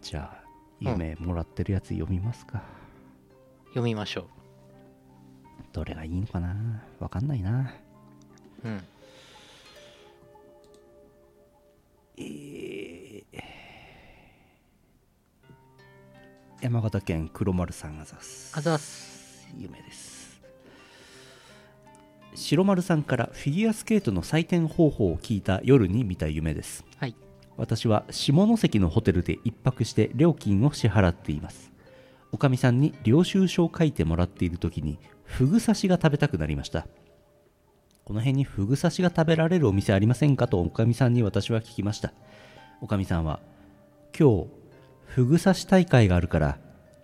[SPEAKER 2] じゃあ
[SPEAKER 1] うん
[SPEAKER 2] 夢もらってるやつ読みますか、
[SPEAKER 1] 読みましょ
[SPEAKER 2] どれがいいのかなわかんないな
[SPEAKER 1] う。うん。
[SPEAKER 2] 山形県黒丸さんあざす
[SPEAKER 1] あざっす。
[SPEAKER 2] 夢です白丸さんからフィギュアスケートの採点方法を聞いた夜に見た夢です
[SPEAKER 1] はい。
[SPEAKER 2] 私は下関のホテルで一泊して料金を支払っていますおかみさんに領収書を書いてもらっている時にフグ刺しが食べたくなりましたこの辺にフグ刺しが食べられるお店ありませんかとおかみさんに私は聞きましたおかみさんは今日フグ刺し大会があるから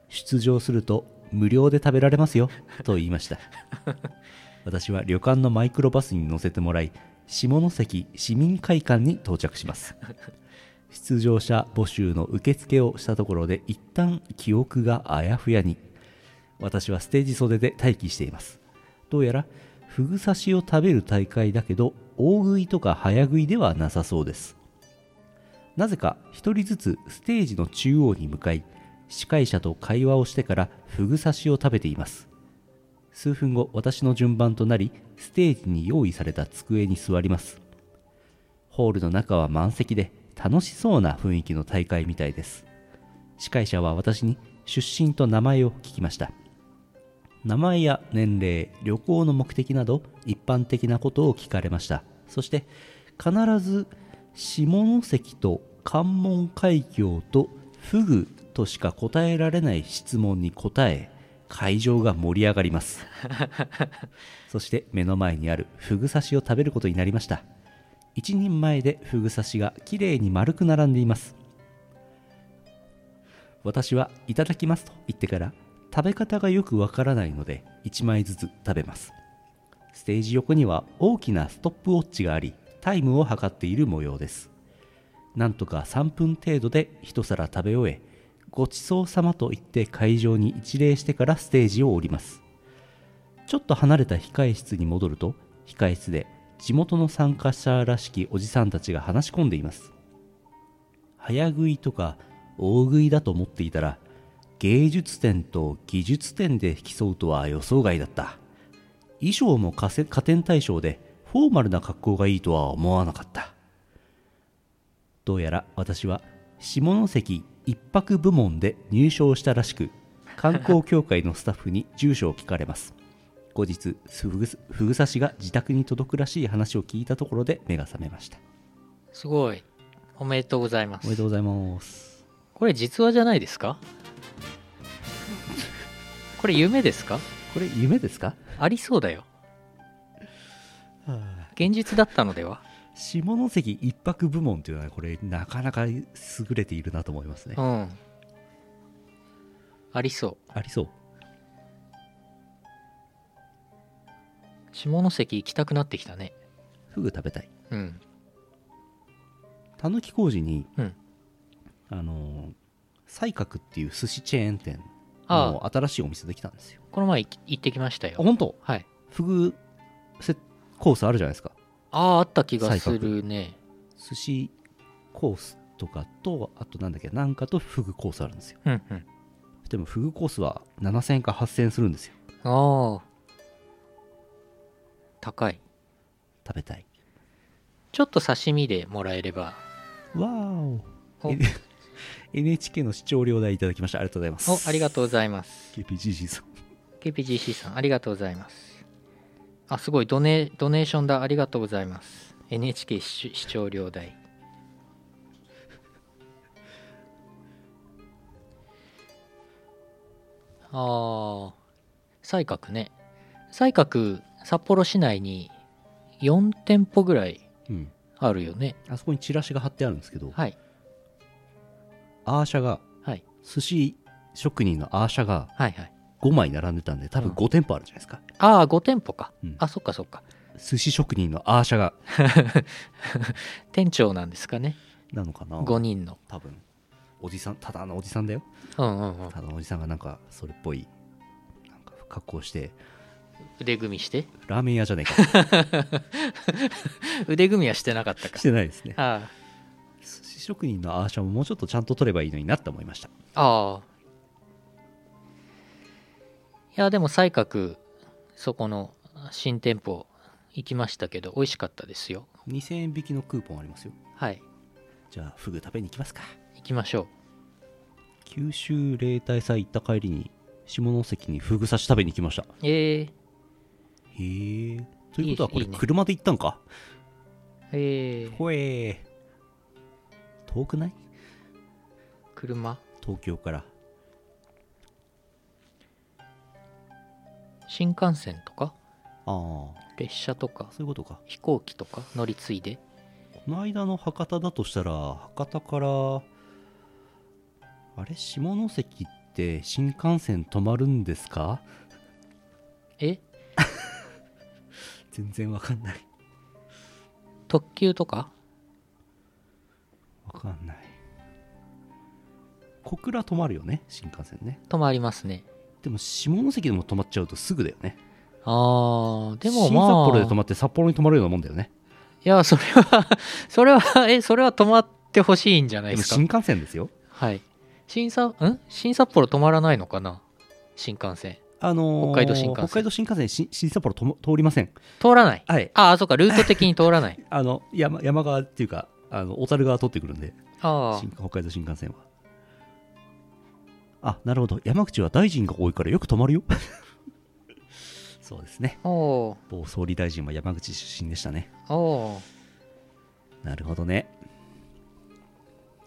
[SPEAKER 2] 出場すると無料で食べられますよと言いました 私は旅館のマイクロバスに乗せてもらい下関市民会館に到着します出場者募集の受付をしたところで一旦記憶があやふやに私はステージ袖で待機していますどうやらフグ刺しを食べる大会だけど大食いとか早食いではなさそうですなぜか一人ずつステージの中央に向かい司会者と会話をしてからフグ刺しを食べています数分後私の順番となりステージに用意された机に座りますホールの中は満席で楽しそうな雰囲気の大会みたいです司会者は私に出身と名前を聞きました名前や年齢旅行の目的など一般的なことを聞かれましたそして必ず下関と関門海峡とフグとしか答えられない質問に答え会場が盛り上がりますそして目の前にあるフグ刺しを食べることになりました一人前でフグ刺しがきれいに丸く並んでいます私はいただきますと言ってから食べ方がよくわからないので1枚ずつ食べますステージ横には大きなストップウォッチがありタイムを測っている模様ですなんとか3分程度で一皿食べ終えごちそうさまと言って会場に一礼してからステージを降りますちょっと離れた控室に戻ると控室で地元の参加者らしきおじさんたちが話し込んでいます早食いとか大食いだと思っていたら芸術点と技術点で競うとは予想外だった衣装も加せ加点対象でフォーマルな格好がいいとは思わなかったどうやら私は下関一泊部門で入賞したら しく観光協会のスタッフに住所を聞かれます後日フグフグ刺しが自宅に届くらしい話を聞いたところで目が覚めました
[SPEAKER 1] すごいおめでとうございま
[SPEAKER 2] おめですとうございます
[SPEAKER 1] これ実話じゃないですかこれ夢ですか
[SPEAKER 2] これ夢ですか
[SPEAKER 1] ありそうだよ現実だったのでは
[SPEAKER 2] 下関一泊部門というのはこれなかなか優れているなと思いますね
[SPEAKER 1] うんありそう
[SPEAKER 2] ありそう
[SPEAKER 1] 下関行きたくなってきたね
[SPEAKER 2] フグ食べたい
[SPEAKER 1] うん
[SPEAKER 2] たぬき工事に、
[SPEAKER 1] うん
[SPEAKER 2] あのー西角っていう寿司チェーン店
[SPEAKER 1] ああ
[SPEAKER 2] の新しいお店できたんですよ
[SPEAKER 1] この前行行ってきました
[SPEAKER 2] あ
[SPEAKER 1] よ
[SPEAKER 2] 本当
[SPEAKER 1] はい
[SPEAKER 2] フグセコースあるじゃないですか
[SPEAKER 1] あああった気がするね
[SPEAKER 2] 寿司コースとかとあとなんだっけなんかとフグコースあるんですよ
[SPEAKER 1] うんうん
[SPEAKER 2] でもフグコースは7000円か8000円するんですよ
[SPEAKER 1] ああ高い
[SPEAKER 2] 食べたい
[SPEAKER 1] ちょっと刺身でもらえれば
[SPEAKER 2] わー お
[SPEAKER 1] お
[SPEAKER 2] NHK の視聴料代いただきましたありがとうございます
[SPEAKER 1] おありがとうございます
[SPEAKER 2] う KPGG さん
[SPEAKER 1] KPGC さんありがとうございますあすごいドネドネーションだありがとうございます NHK 視視聴料代ああ西角ね西角札幌市内に4店舗ぐらい
[SPEAKER 2] うん
[SPEAKER 1] あるよね
[SPEAKER 2] あそこにチラシが貼ってあるんですけど、
[SPEAKER 1] はい
[SPEAKER 2] アーシャが
[SPEAKER 1] はい
[SPEAKER 2] 寿司職人のアーシャが
[SPEAKER 1] はいはい
[SPEAKER 2] 5枚並んでたんで多分
[SPEAKER 1] うん
[SPEAKER 2] 5店舗あるじゃないですか、
[SPEAKER 1] ああ5店舗か、
[SPEAKER 2] うん
[SPEAKER 1] あそっかそっか
[SPEAKER 2] 寿司職人のアーシャが
[SPEAKER 1] 店長なんですかね
[SPEAKER 2] なのかな
[SPEAKER 1] 5人の
[SPEAKER 2] 多分おじさんただのおじさんだよ
[SPEAKER 1] うんうんうん
[SPEAKER 2] ただのおじさんがなんかそれっぽいなんか格好して
[SPEAKER 1] 腕組み して
[SPEAKER 2] ラーメン屋じゃねえか
[SPEAKER 1] 腕組みはしてなかったか
[SPEAKER 2] してないですね
[SPEAKER 1] あ
[SPEAKER 2] 寿司職人のアーシャももうちょっとちゃんと取ればいいのになって思いました
[SPEAKER 1] あああいやでも西角そこの新店舗行きましたけど美味しかったですよ
[SPEAKER 2] 2000円引きのクーポンありますよ
[SPEAKER 1] はい
[SPEAKER 2] じゃあフグ食べに行きますか
[SPEAKER 1] 行きましょう
[SPEAKER 2] 九州例大祭行った帰りに下関にフグ刺し食べに行きました
[SPEAKER 1] えー、
[SPEAKER 2] へえということはこれ
[SPEAKER 1] いいね
[SPEAKER 2] 車で行ったんか
[SPEAKER 1] えー、
[SPEAKER 2] ほえ遠くない
[SPEAKER 1] 車
[SPEAKER 2] 東京から
[SPEAKER 1] 新幹線とか
[SPEAKER 2] ああ
[SPEAKER 1] 列車とか
[SPEAKER 2] そういうことか
[SPEAKER 1] 飛行機とか乗り継いで
[SPEAKER 2] この間の博多だとしたら博多からあれ下関って新幹線止まるんですか
[SPEAKER 1] え
[SPEAKER 2] 全然わかんない
[SPEAKER 1] 特急とか
[SPEAKER 2] わかんない小倉止まるよね新幹線ね
[SPEAKER 1] 止まりますね
[SPEAKER 2] でも下関でも止まっちゃうとすぐだよね
[SPEAKER 1] ああでも
[SPEAKER 2] 新
[SPEAKER 1] まあ
[SPEAKER 2] 札幌で止まって札幌に止まるようなもんだよね
[SPEAKER 1] いや、それは、 それは、え、それは止まってほしいんじゃない
[SPEAKER 2] で
[SPEAKER 1] で
[SPEAKER 2] も
[SPEAKER 1] すか。
[SPEAKER 2] 新幹線ですよ
[SPEAKER 1] はい。新札、ん新札幌止まらないのかな新幹線。
[SPEAKER 2] あのー
[SPEAKER 1] 北海道新幹線
[SPEAKER 2] 北海道新幹線し新札幌とも通りません
[SPEAKER 1] 通らない。
[SPEAKER 2] はい
[SPEAKER 1] ああ、そうか、ルート的に通ら ない。
[SPEAKER 2] あの山山側っていうかあの小樽側通ってくるんで
[SPEAKER 1] あ
[SPEAKER 2] 新北海道新幹線はあなるほど山口は大臣が多いからよく止まるよ そうですね
[SPEAKER 1] あ。お
[SPEAKER 2] 某総理大臣は山口出身でしたね
[SPEAKER 1] おおー
[SPEAKER 2] なるほどね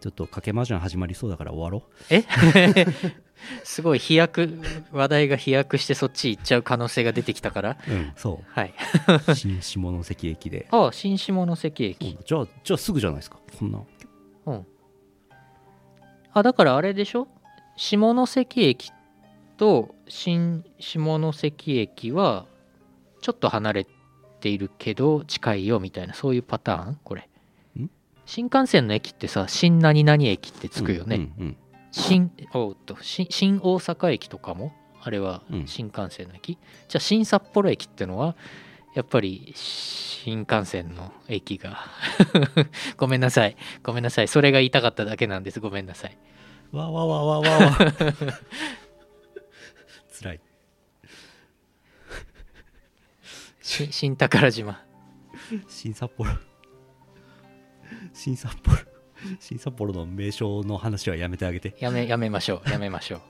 [SPEAKER 2] ちょっと賭け麻雀始まりそうだから終わろう
[SPEAKER 1] え すごい飛躍話題が飛躍してそっち行っちゃう可能性が出てきたから
[SPEAKER 2] うんそ
[SPEAKER 1] はい
[SPEAKER 2] う新下関駅で
[SPEAKER 1] ああ新下関
[SPEAKER 2] うん
[SPEAKER 1] 駅
[SPEAKER 2] じゃあじゃあすぐじゃないですかこんな
[SPEAKER 1] うんあだからあれでしょ下関駅と新下関駅はちょっと離れているけど近いよみたいなそういうパターンこれ
[SPEAKER 2] ん
[SPEAKER 1] 新幹線の駅ってさ新何々駅ってつくよね、
[SPEAKER 2] うん
[SPEAKER 1] 新おっと新新大阪駅とかもあれは
[SPEAKER 2] うん
[SPEAKER 1] 新幹線の駅、じゃあ新札幌駅ってのはやっぱり新幹線の駅が ごめんなさいごめんなさいそれが言いたかっただけなんですごめんなさい
[SPEAKER 2] うんわわわわわ わつらい
[SPEAKER 1] し新宝島
[SPEAKER 2] 新札幌新札幌新札幌の名称の話はやめてあげて
[SPEAKER 1] やめやめましょうやめましょう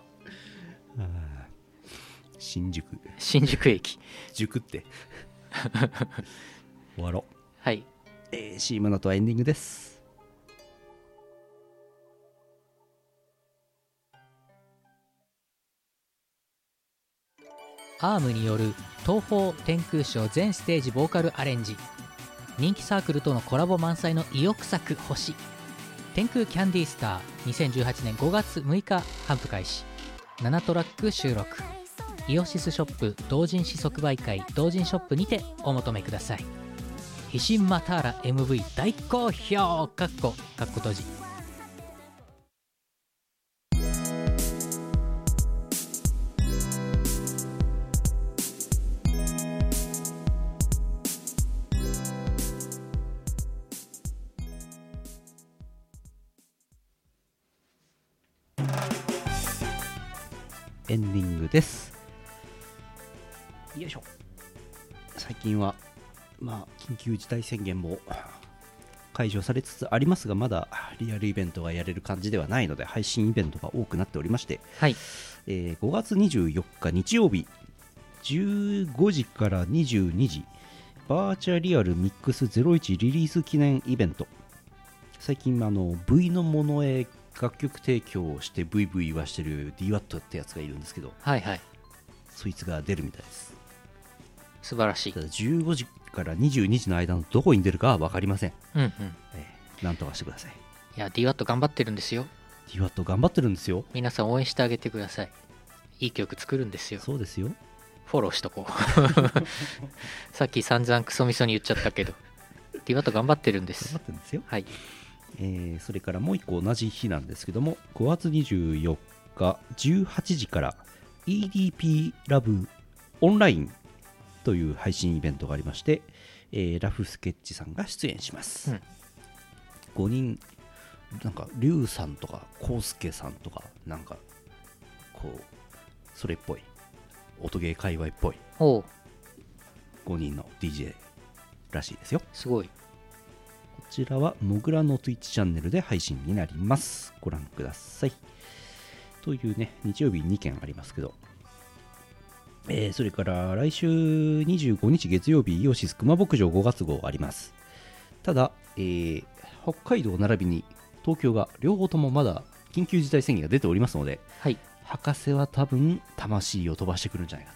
[SPEAKER 2] あー新宿
[SPEAKER 1] 新宿駅
[SPEAKER 2] 塾って 終わろう、
[SPEAKER 1] はい
[SPEAKER 2] えー、CM のとはエンディングです
[SPEAKER 3] アームによる東方天空賞全ステージボーカルアレンジ人気サークルとのコラボ満載の意欲作「星」天空キャンディースター2018年5月6日頒布開始7トラック収録イオシスショップ同人誌即売会同人ショップにてお求めください「ヒシンマターラ MV 大好評」かっこかっこ閉じ
[SPEAKER 2] エンディングですよいしょ最近はまあ緊急事態宣言も解除されつつありますがまだリアルイベントがやれる感じではないので配信イベントが多くなっておりまして、
[SPEAKER 1] はい
[SPEAKER 2] えー5月24日日曜日15時から22時バーチャリアルミックス01リリース記念イベント最近あの V のものへ楽曲提供をして VV 言わしてる DWAT ってやつがいるんですけど
[SPEAKER 1] はいはい
[SPEAKER 2] そいつが出るみたいです
[SPEAKER 1] 素晴らしい
[SPEAKER 2] ただ15時から22時の間のどこに出るかは分かりません、
[SPEAKER 1] うんうんい
[SPEAKER 2] ええなんとかしてください
[SPEAKER 1] や DWAT 頑張ってるんですよ
[SPEAKER 2] DWAT 頑張ってるんですよ
[SPEAKER 1] 皆さん応援してあげてくださいいい曲作るんですよ
[SPEAKER 2] そうですよ
[SPEAKER 1] フォローしと こうさっき散々クソみそに言っちゃったけどディワット頑張ってるんで
[SPEAKER 2] 頑
[SPEAKER 1] す
[SPEAKER 2] 張ってるんですよ
[SPEAKER 1] はい
[SPEAKER 2] えーそれからもう一個同じ日なんですけども5月24日18時から EDP ラブオンラインという配信イベントがありまして、えーラフスケッチさんが出演します、
[SPEAKER 1] うん
[SPEAKER 2] 5人なんかリュウさんとかコウスケさんとかなんかこうそれっぽい音ゲー界隈っぽい
[SPEAKER 1] おお
[SPEAKER 2] 5人の DJ らしいですよ
[SPEAKER 1] すごい
[SPEAKER 2] こちらはモグラの Twitch チャンネルで配信になります。ご覧ください。というね、日曜日2件ありますけど。えーそれから来週25日月曜日、イオシス熊牧場5月号あります。ただ、えー北海道並びに東京が両方ともまだ緊急事態宣言が出ておりますので、
[SPEAKER 1] はい
[SPEAKER 2] 博士は多分魂を飛ばしてくるんじゃない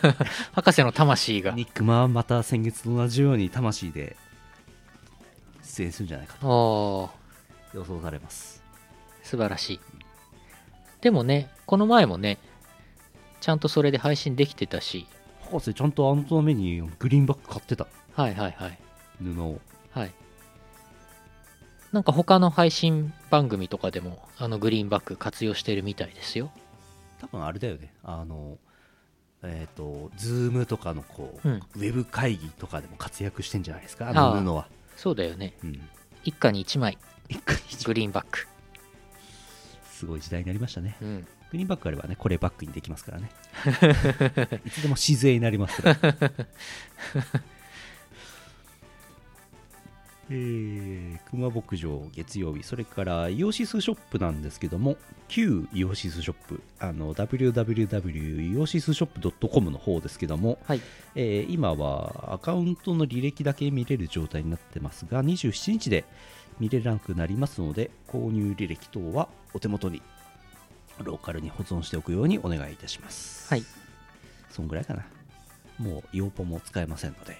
[SPEAKER 2] かと。
[SPEAKER 1] 博士の魂が
[SPEAKER 2] ニックマはまた先月と同じように魂で出演するんじゃないかと
[SPEAKER 1] おおー
[SPEAKER 2] 予想されます。
[SPEAKER 1] 素晴らしいでもねこの前もねちゃんとそれで配信できてたし
[SPEAKER 2] 博士ちゃんとあのためにグリーンバッグ買ってた
[SPEAKER 1] はいはいはい
[SPEAKER 2] 布を
[SPEAKER 1] はいなんか他の配信番組とかでもあのグリーンバック活用してるみたいですよ
[SPEAKER 2] 多分あれだよねあのえっ、とズームとかのこう、
[SPEAKER 1] うん
[SPEAKER 2] ウェブ会議とかでも活躍してんじゃないですかあの布は、
[SPEAKER 1] そうだよね
[SPEAKER 2] うん、
[SPEAKER 1] 一家に一枚グリーンバック
[SPEAKER 2] すごい時代になりましたね
[SPEAKER 1] うん
[SPEAKER 2] グリーンバッグあればねこれバッグにできますからねいつでも姿勢になりますからえー、熊牧場月曜日、それからイオシスショップなんですけども、旧イオシスショップ、あの www イオシスショップ .com の方ですけども、
[SPEAKER 1] はい
[SPEAKER 2] えー今はアカウントの履歴だけ見れる状態になってますが、27日で見れなくなりますので、購入履歴等はお手元にローカルに保存しておくようにお願いいたします。
[SPEAKER 1] はい
[SPEAKER 2] そんぐらいかな。もう、ヨーポも使えませんので。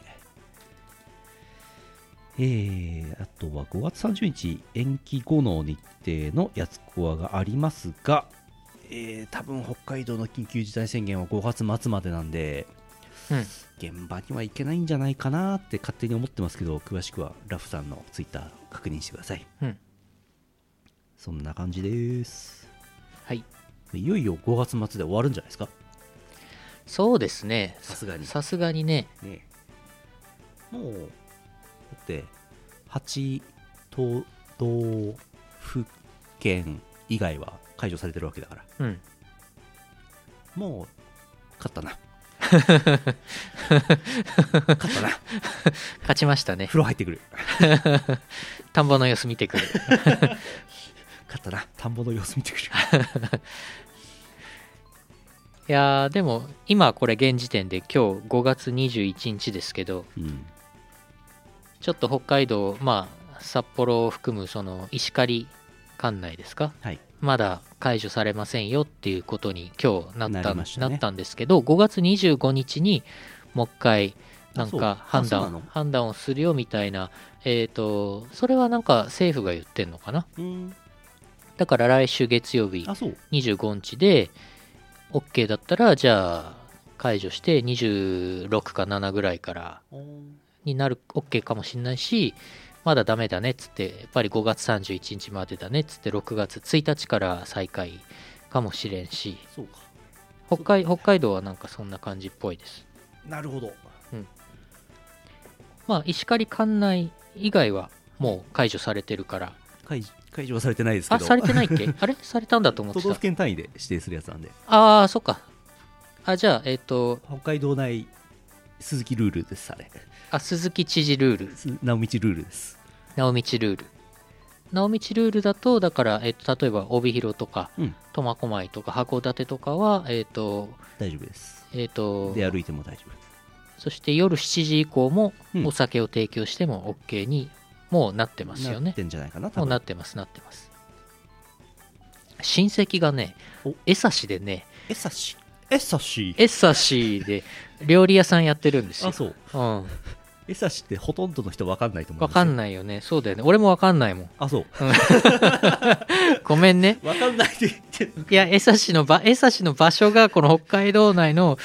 [SPEAKER 2] えー、あとは5月30日延期後の日程のやつこわがありますが、えー、多分北海道の緊急事態宣言は5月末までなんで、
[SPEAKER 1] うん
[SPEAKER 2] 現場には行けないんじゃないかなって勝手に思ってますけど詳しくはラフさんのツイッター確認してください
[SPEAKER 1] うん
[SPEAKER 2] そんな感じです
[SPEAKER 1] はい
[SPEAKER 2] いよいよ5月末で終わるんじゃないですか
[SPEAKER 1] そうですね
[SPEAKER 2] さすがに
[SPEAKER 1] さすがにね
[SPEAKER 2] ねえもうだって8都道府県以外は解除されてるわけだから
[SPEAKER 1] うん
[SPEAKER 2] もう勝ったな 勝ったな
[SPEAKER 1] 勝ちましたね
[SPEAKER 2] 風呂入ってくる
[SPEAKER 1] 田んぼの様子見てくる
[SPEAKER 2] 勝ったな田んぼの様子見てくる
[SPEAKER 1] いやーでも今これ現時点で今日5月21日ですけど
[SPEAKER 2] うん
[SPEAKER 1] ちょっと北海道まあ札幌を含むその石狩管内ですか
[SPEAKER 2] はい
[SPEAKER 1] まだ解除されませんよっていうことに今日なっ
[SPEAKER 2] な
[SPEAKER 1] た
[SPEAKER 2] り
[SPEAKER 1] な,、
[SPEAKER 2] ましたね
[SPEAKER 1] ったんですけど5月25日にもう一回なん
[SPEAKER 2] あそう
[SPEAKER 1] か判
[SPEAKER 2] あそうな
[SPEAKER 1] 断
[SPEAKER 2] の
[SPEAKER 1] 判断をするよみたいなえっ、とそれはなんか政府が言ってんのかな
[SPEAKER 2] うん
[SPEAKER 1] だから来週月曜日
[SPEAKER 2] あそう
[SPEAKER 1] 25日で OK だったらじゃあ解除して26か7ぐらいからになる OK かもしれないしまだダメだねっつってやっぱり5月31日までだねっつって6月1日から再開かもしれんし
[SPEAKER 2] そうか
[SPEAKER 1] 北海北海道はなんかそんな感じっぽいです
[SPEAKER 2] なるほど
[SPEAKER 1] まあ石狩管内以外はもう解除されてるから
[SPEAKER 2] 解解除はされてないですけ
[SPEAKER 1] あ
[SPEAKER 2] ど
[SPEAKER 1] されてないっ けあれされたんだと思っ
[SPEAKER 2] 都
[SPEAKER 1] て
[SPEAKER 2] 道府
[SPEAKER 1] た
[SPEAKER 2] 県単位で指定するやつなんで
[SPEAKER 1] ああそっかあじゃあえっ、と
[SPEAKER 2] 北海道内鈴木ルールですあれ
[SPEAKER 1] あ鈴木知事ルール
[SPEAKER 2] す直道ルールです
[SPEAKER 1] 直道ルール直道ルールだとだから、えっと例えば帯広とか
[SPEAKER 2] うん
[SPEAKER 1] 苫小牧とか函館とかはえっ、と
[SPEAKER 2] 大丈夫です
[SPEAKER 1] えっ、と
[SPEAKER 2] で歩いても大丈
[SPEAKER 1] そして夜7時以降も
[SPEAKER 2] うん
[SPEAKER 1] お酒を提供しても OK にもうなって
[SPEAKER 2] 夫
[SPEAKER 1] ますよ
[SPEAKER 2] なっ
[SPEAKER 1] ね、
[SPEAKER 2] てんじゃないかな
[SPEAKER 1] も
[SPEAKER 2] 多
[SPEAKER 1] うなっ
[SPEAKER 2] 分
[SPEAKER 1] てますなってます親戚がね
[SPEAKER 2] お
[SPEAKER 1] 江差しでね
[SPEAKER 2] えさしえさし
[SPEAKER 1] 江差しで料理屋さんやってるんですよ
[SPEAKER 2] あそう
[SPEAKER 1] うん
[SPEAKER 2] えさしってほとんどの人わかんないと思う
[SPEAKER 1] わかん
[SPEAKER 2] い
[SPEAKER 1] ないよねそうだよね俺もわかんないもん
[SPEAKER 2] あそう
[SPEAKER 1] ごめんね
[SPEAKER 2] わかんないって言ってる
[SPEAKER 1] いや、江差しの場、江差しの場所が、この北海道内の、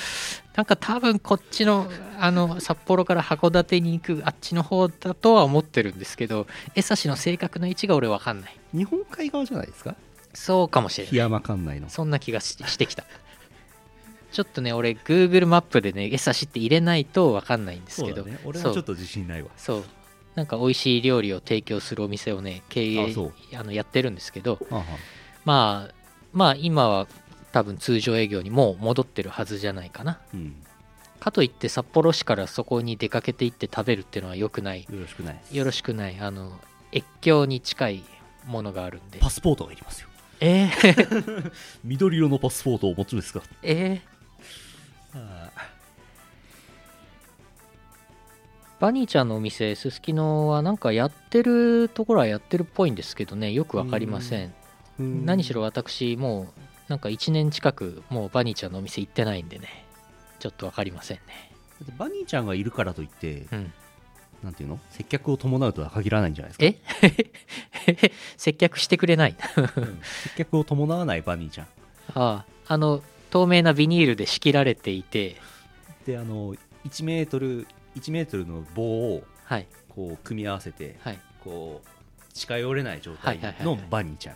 [SPEAKER 1] なんか多分こっちの、あの、札幌から函館に行く、あっちの方だとは思ってるんですけど、江差しの正確な位置が俺わかんない。
[SPEAKER 2] 日本海側じゃないですか
[SPEAKER 1] そうかもしれない。
[SPEAKER 2] 檜山管内の
[SPEAKER 1] そんな気がししてきた。ちょっとね、俺、Google マップでね、江差しって入れないとわかんないんですけど、
[SPEAKER 2] そうだね俺
[SPEAKER 1] そ
[SPEAKER 2] は
[SPEAKER 1] う
[SPEAKER 2] ちょっと自信ないわ
[SPEAKER 1] そう。なんか美味しい料理を提供するお店をね、経
[SPEAKER 2] あ
[SPEAKER 1] 営
[SPEAKER 2] そう、
[SPEAKER 1] あのやってるんですけど、
[SPEAKER 2] ああは
[SPEAKER 1] まあ、まあ今は多分通常営業にもう戻ってるはずじゃないかな。
[SPEAKER 2] うん
[SPEAKER 1] かといって札幌市からそこに出かけて行って食べるっていうのは良くない。
[SPEAKER 2] よろしくないです
[SPEAKER 1] よろしくない。あの、越境に近いものがあるんで。
[SPEAKER 2] パスポートがいりますよ
[SPEAKER 1] えー、
[SPEAKER 2] 緑色のパスポートをお持ちですか
[SPEAKER 1] えー、
[SPEAKER 2] あ
[SPEAKER 1] バニーちゃんのお店、すすきのはなんかやってるところはやってるっぽいんですけどね、よくわかりません。何しろ私、もうなんか1年近く、もうバニーちゃんのお店行ってないんでね、ちょっとわかりませんね。
[SPEAKER 2] バニーちゃんがいるからといって、
[SPEAKER 1] うん。
[SPEAKER 2] なんていうの接客を伴うとは限らないんじゃないですか
[SPEAKER 1] え接客してくれ ない。
[SPEAKER 2] 接客を伴わないバニーちゃん
[SPEAKER 1] あああの透明なビニールで仕切られていて
[SPEAKER 2] であの1メートル1メートルの棒を
[SPEAKER 1] はい
[SPEAKER 2] こう組み合わせて
[SPEAKER 1] はい
[SPEAKER 2] こう近寄れない状態
[SPEAKER 1] はいはいはい
[SPEAKER 2] の
[SPEAKER 1] はい
[SPEAKER 2] バニーちゃん、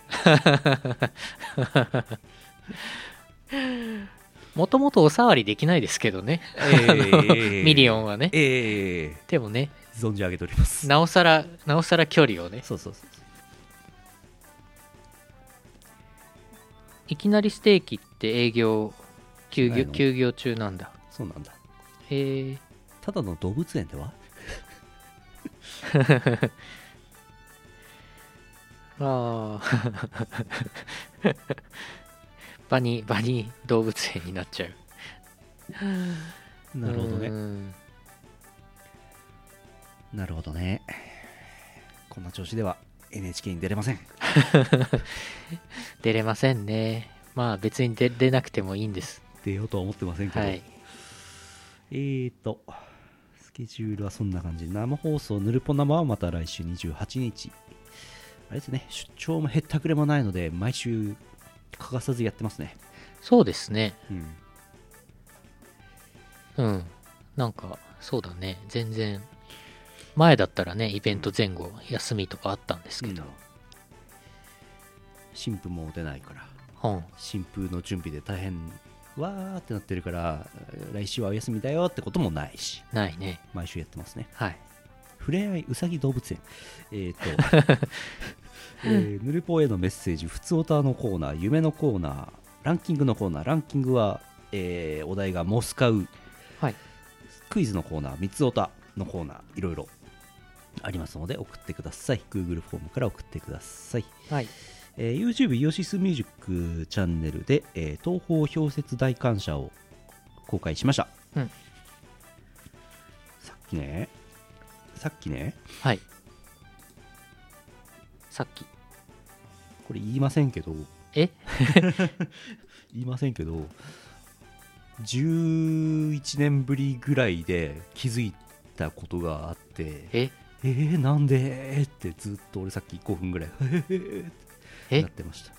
[SPEAKER 1] もともとお触りできないですけどね、
[SPEAKER 2] えー
[SPEAKER 1] ミリオンはね
[SPEAKER 2] ええ
[SPEAKER 1] でもね
[SPEAKER 2] 存じ上げております
[SPEAKER 1] なおさらなおさら距離をね
[SPEAKER 2] そうそうそうそう
[SPEAKER 1] いきなりステーキって営業休
[SPEAKER 2] ない
[SPEAKER 1] 業
[SPEAKER 2] の
[SPEAKER 1] 休業中なんだ
[SPEAKER 2] そうなんだ
[SPEAKER 1] へえ
[SPEAKER 2] ただの動物園では
[SPEAKER 1] あ あバニバニ動物園になっちゃう
[SPEAKER 2] なるほど
[SPEAKER 1] う
[SPEAKER 2] ね
[SPEAKER 1] ん
[SPEAKER 2] なるほどねこんな調子では NHK に出れません
[SPEAKER 1] 出れませんねまあ別に出出なくてもいいんです
[SPEAKER 2] 出ようとは思ってませんけど、
[SPEAKER 1] はい
[SPEAKER 2] えーとスケジュールはそんな感じ生放送ぬるぽ生はまた来週28日あれですね出張もへったくれもないので毎週欠かさずやってますね
[SPEAKER 1] そうですね
[SPEAKER 2] うん
[SPEAKER 1] うんなんかそうだね全然前だったらねイベント前後休みとかあったんですけど、
[SPEAKER 2] 新婦も出ないから
[SPEAKER 1] うん、
[SPEAKER 2] 新婦の準備で大変わーってなってるから来週はお休みだよってこともないし
[SPEAKER 1] ないね
[SPEAKER 2] 毎週やってますね
[SPEAKER 1] はい
[SPEAKER 2] ふれあいうさぎ動物園え ー、と、えーぬるぽへのメッセージふつおたのコーナー夢のコーナーランキングのコーナーランキングは、えーお題がモスカウ
[SPEAKER 1] はい
[SPEAKER 2] クイズのコーナー、三つおたのコーナー、いろいろありますので送ってください。Google フォームから送ってください。
[SPEAKER 1] はい
[SPEAKER 2] えー YouTube イオシスミュージックチャンネルで、えー東方氷雪大感謝を公開しました。
[SPEAKER 1] うん
[SPEAKER 2] さっきね、さっきね、
[SPEAKER 1] はいさっき
[SPEAKER 2] これ言いませんけど、
[SPEAKER 1] え
[SPEAKER 2] 言いませんけど、11年ぶりぐらいで気づいたことがあって、
[SPEAKER 1] え
[SPEAKER 2] えー、なんでってずっと俺さっき5分ぐらい、えーって
[SPEAKER 1] え
[SPEAKER 2] なってました。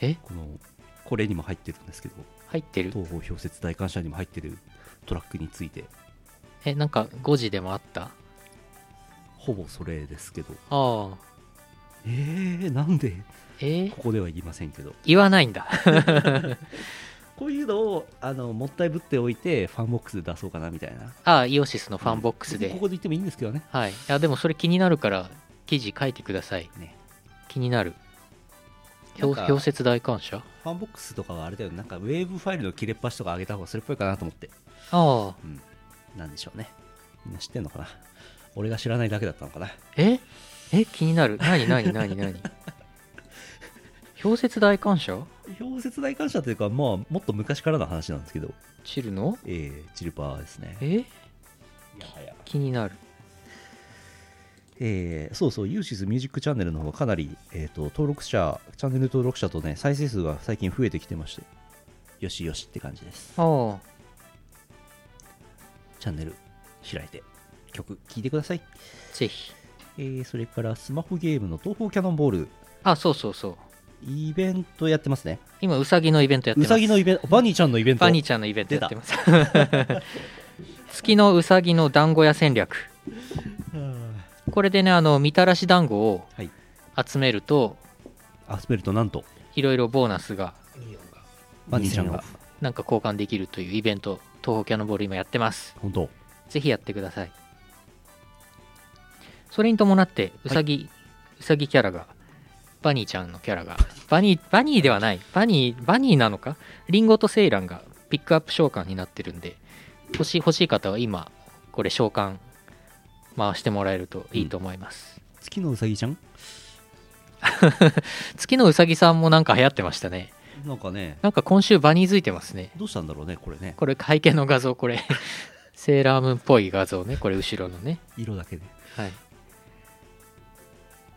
[SPEAKER 1] え
[SPEAKER 2] この、これにも入ってるんですけど、
[SPEAKER 1] 入ってる
[SPEAKER 2] 東方氷雪大感謝にも入ってるトラックについて、
[SPEAKER 1] えなんか5時でもあった
[SPEAKER 2] ほぼそれですけど、
[SPEAKER 1] ああ
[SPEAKER 2] えー、なんで
[SPEAKER 1] え
[SPEAKER 2] ここでは言いませんけど、
[SPEAKER 1] 言わないんだ
[SPEAKER 2] こういうのをあのもったいぶっておいて、ファンボックスで出そうかなみたいな。
[SPEAKER 1] ああイオシスのファンボックスで
[SPEAKER 2] ここで言ってもいいんですけどね。
[SPEAKER 1] はいいやでもそれ気になるから記事書いてください
[SPEAKER 2] ね
[SPEAKER 1] 気になる
[SPEAKER 2] なん
[SPEAKER 1] 氷
[SPEAKER 2] か
[SPEAKER 1] 氷雪大感謝
[SPEAKER 2] ファンボックスとかはあれだよね、なんかウェーブファイルの切れっ端とか上げた方がそれっぽいかなと思って、
[SPEAKER 1] ああ
[SPEAKER 2] うん、なんでしょうね。みんな知ってんのかな 俺が知らないだけだったのかな
[SPEAKER 1] ええ気になる何何何何氷雪大感謝
[SPEAKER 2] 氷雪大感謝というか、まあ、もっと昔からの話なんですけど、
[SPEAKER 1] チルの
[SPEAKER 2] えー、チルパーですね。
[SPEAKER 1] え
[SPEAKER 2] やはや
[SPEAKER 1] 気になる
[SPEAKER 2] えーそうそう、ユーシスミュージックチャンネルの方がかなり、えー、と登録者、チャンネル登録者とね、再生数が最近増えてきてまして、よしよしって感じです。
[SPEAKER 1] ああ
[SPEAKER 2] チャンネル開いて、曲聴いてください。
[SPEAKER 1] ぜひ
[SPEAKER 2] えーそれからスマホゲームの東方キャノンボール、
[SPEAKER 1] あそうそうそう
[SPEAKER 2] イベントやってますね。
[SPEAKER 1] 今うさぎのイベントやって
[SPEAKER 2] う
[SPEAKER 1] ます
[SPEAKER 2] さぎのイベント、バニーちゃんのイベント。
[SPEAKER 1] バニーちゃんのイベントやってます 月のうさぎの団子屋戦略これでねあのみたらし団子を
[SPEAKER 2] はい。
[SPEAKER 1] 集めると
[SPEAKER 2] アスベルト、なんと、
[SPEAKER 1] いろいろボーナスが
[SPEAKER 2] バニーちゃんが、
[SPEAKER 1] なんか交換できるというイベント東方キャノンボール今やってます
[SPEAKER 2] 本当、
[SPEAKER 1] ぜひやってくださいそれに伴ってうさぎ、うさぎキャラがバニーちゃんのキャラがバニーバニーではないバニーバニーなのかリンゴとセイランがピックアップ召喚になってるんで欲しい欲しい方は今これ召喚回してもらえるといいと思います、
[SPEAKER 2] 月のうさぎちゃん
[SPEAKER 1] 月のうさぎさんもなんか流行ってましたね
[SPEAKER 2] なんかね、
[SPEAKER 1] なんか今週バニーづいてますね
[SPEAKER 2] どうしたんだろうね、これね。
[SPEAKER 1] これ会見の画像 これセーラームーンっぽい画像ねこれ後ろのね
[SPEAKER 2] 色だけで。
[SPEAKER 1] はい、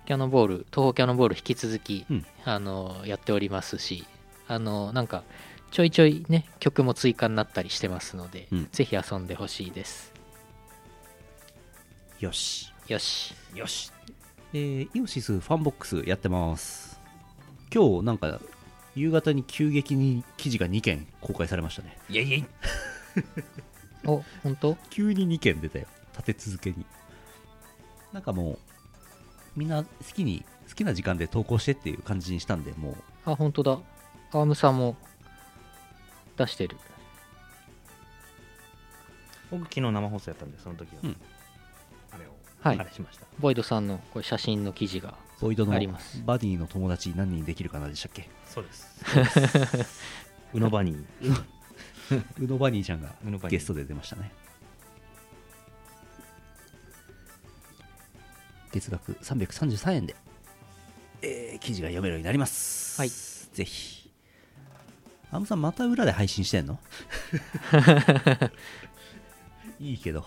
[SPEAKER 1] キャノンボール東宝キャノンボール引き続き、
[SPEAKER 2] うん
[SPEAKER 1] あのやっておりますしあのなんかちょいちょいね曲も追加になったりしてますので、
[SPEAKER 2] うん
[SPEAKER 1] ぜひ遊んでほしいです
[SPEAKER 2] よし。
[SPEAKER 1] よし
[SPEAKER 2] よし、えーイオシスファンボックスやってます今日なんか夕方に急激に記事が2件公開されましたね
[SPEAKER 4] イェイイェイ
[SPEAKER 1] お本当
[SPEAKER 2] 急に2件出たよ立て続けになんかもうみんな好きに好きな時間で投稿してっていう感じにしたんでもう
[SPEAKER 1] あ本当だアームさんも出してる
[SPEAKER 5] 僕昨日生放送やったんでその時は、
[SPEAKER 2] うん
[SPEAKER 5] あれを、
[SPEAKER 1] はい
[SPEAKER 5] あれしました
[SPEAKER 1] ボイドさんのこれ写真の記事が
[SPEAKER 2] ボイドの
[SPEAKER 1] あ
[SPEAKER 2] バ
[SPEAKER 1] り
[SPEAKER 2] デ
[SPEAKER 1] ます
[SPEAKER 2] ィの友達何人できるかなでしたっけ
[SPEAKER 5] そうです うのばに
[SPEAKER 2] うのバニーちゃんが
[SPEAKER 5] うのバニー
[SPEAKER 2] ゲストで出ましたね月額333円で、えー記事が読めるようになります。
[SPEAKER 1] はい
[SPEAKER 2] ぜひ。アムさん、また裏で配信してん のいいけ ど。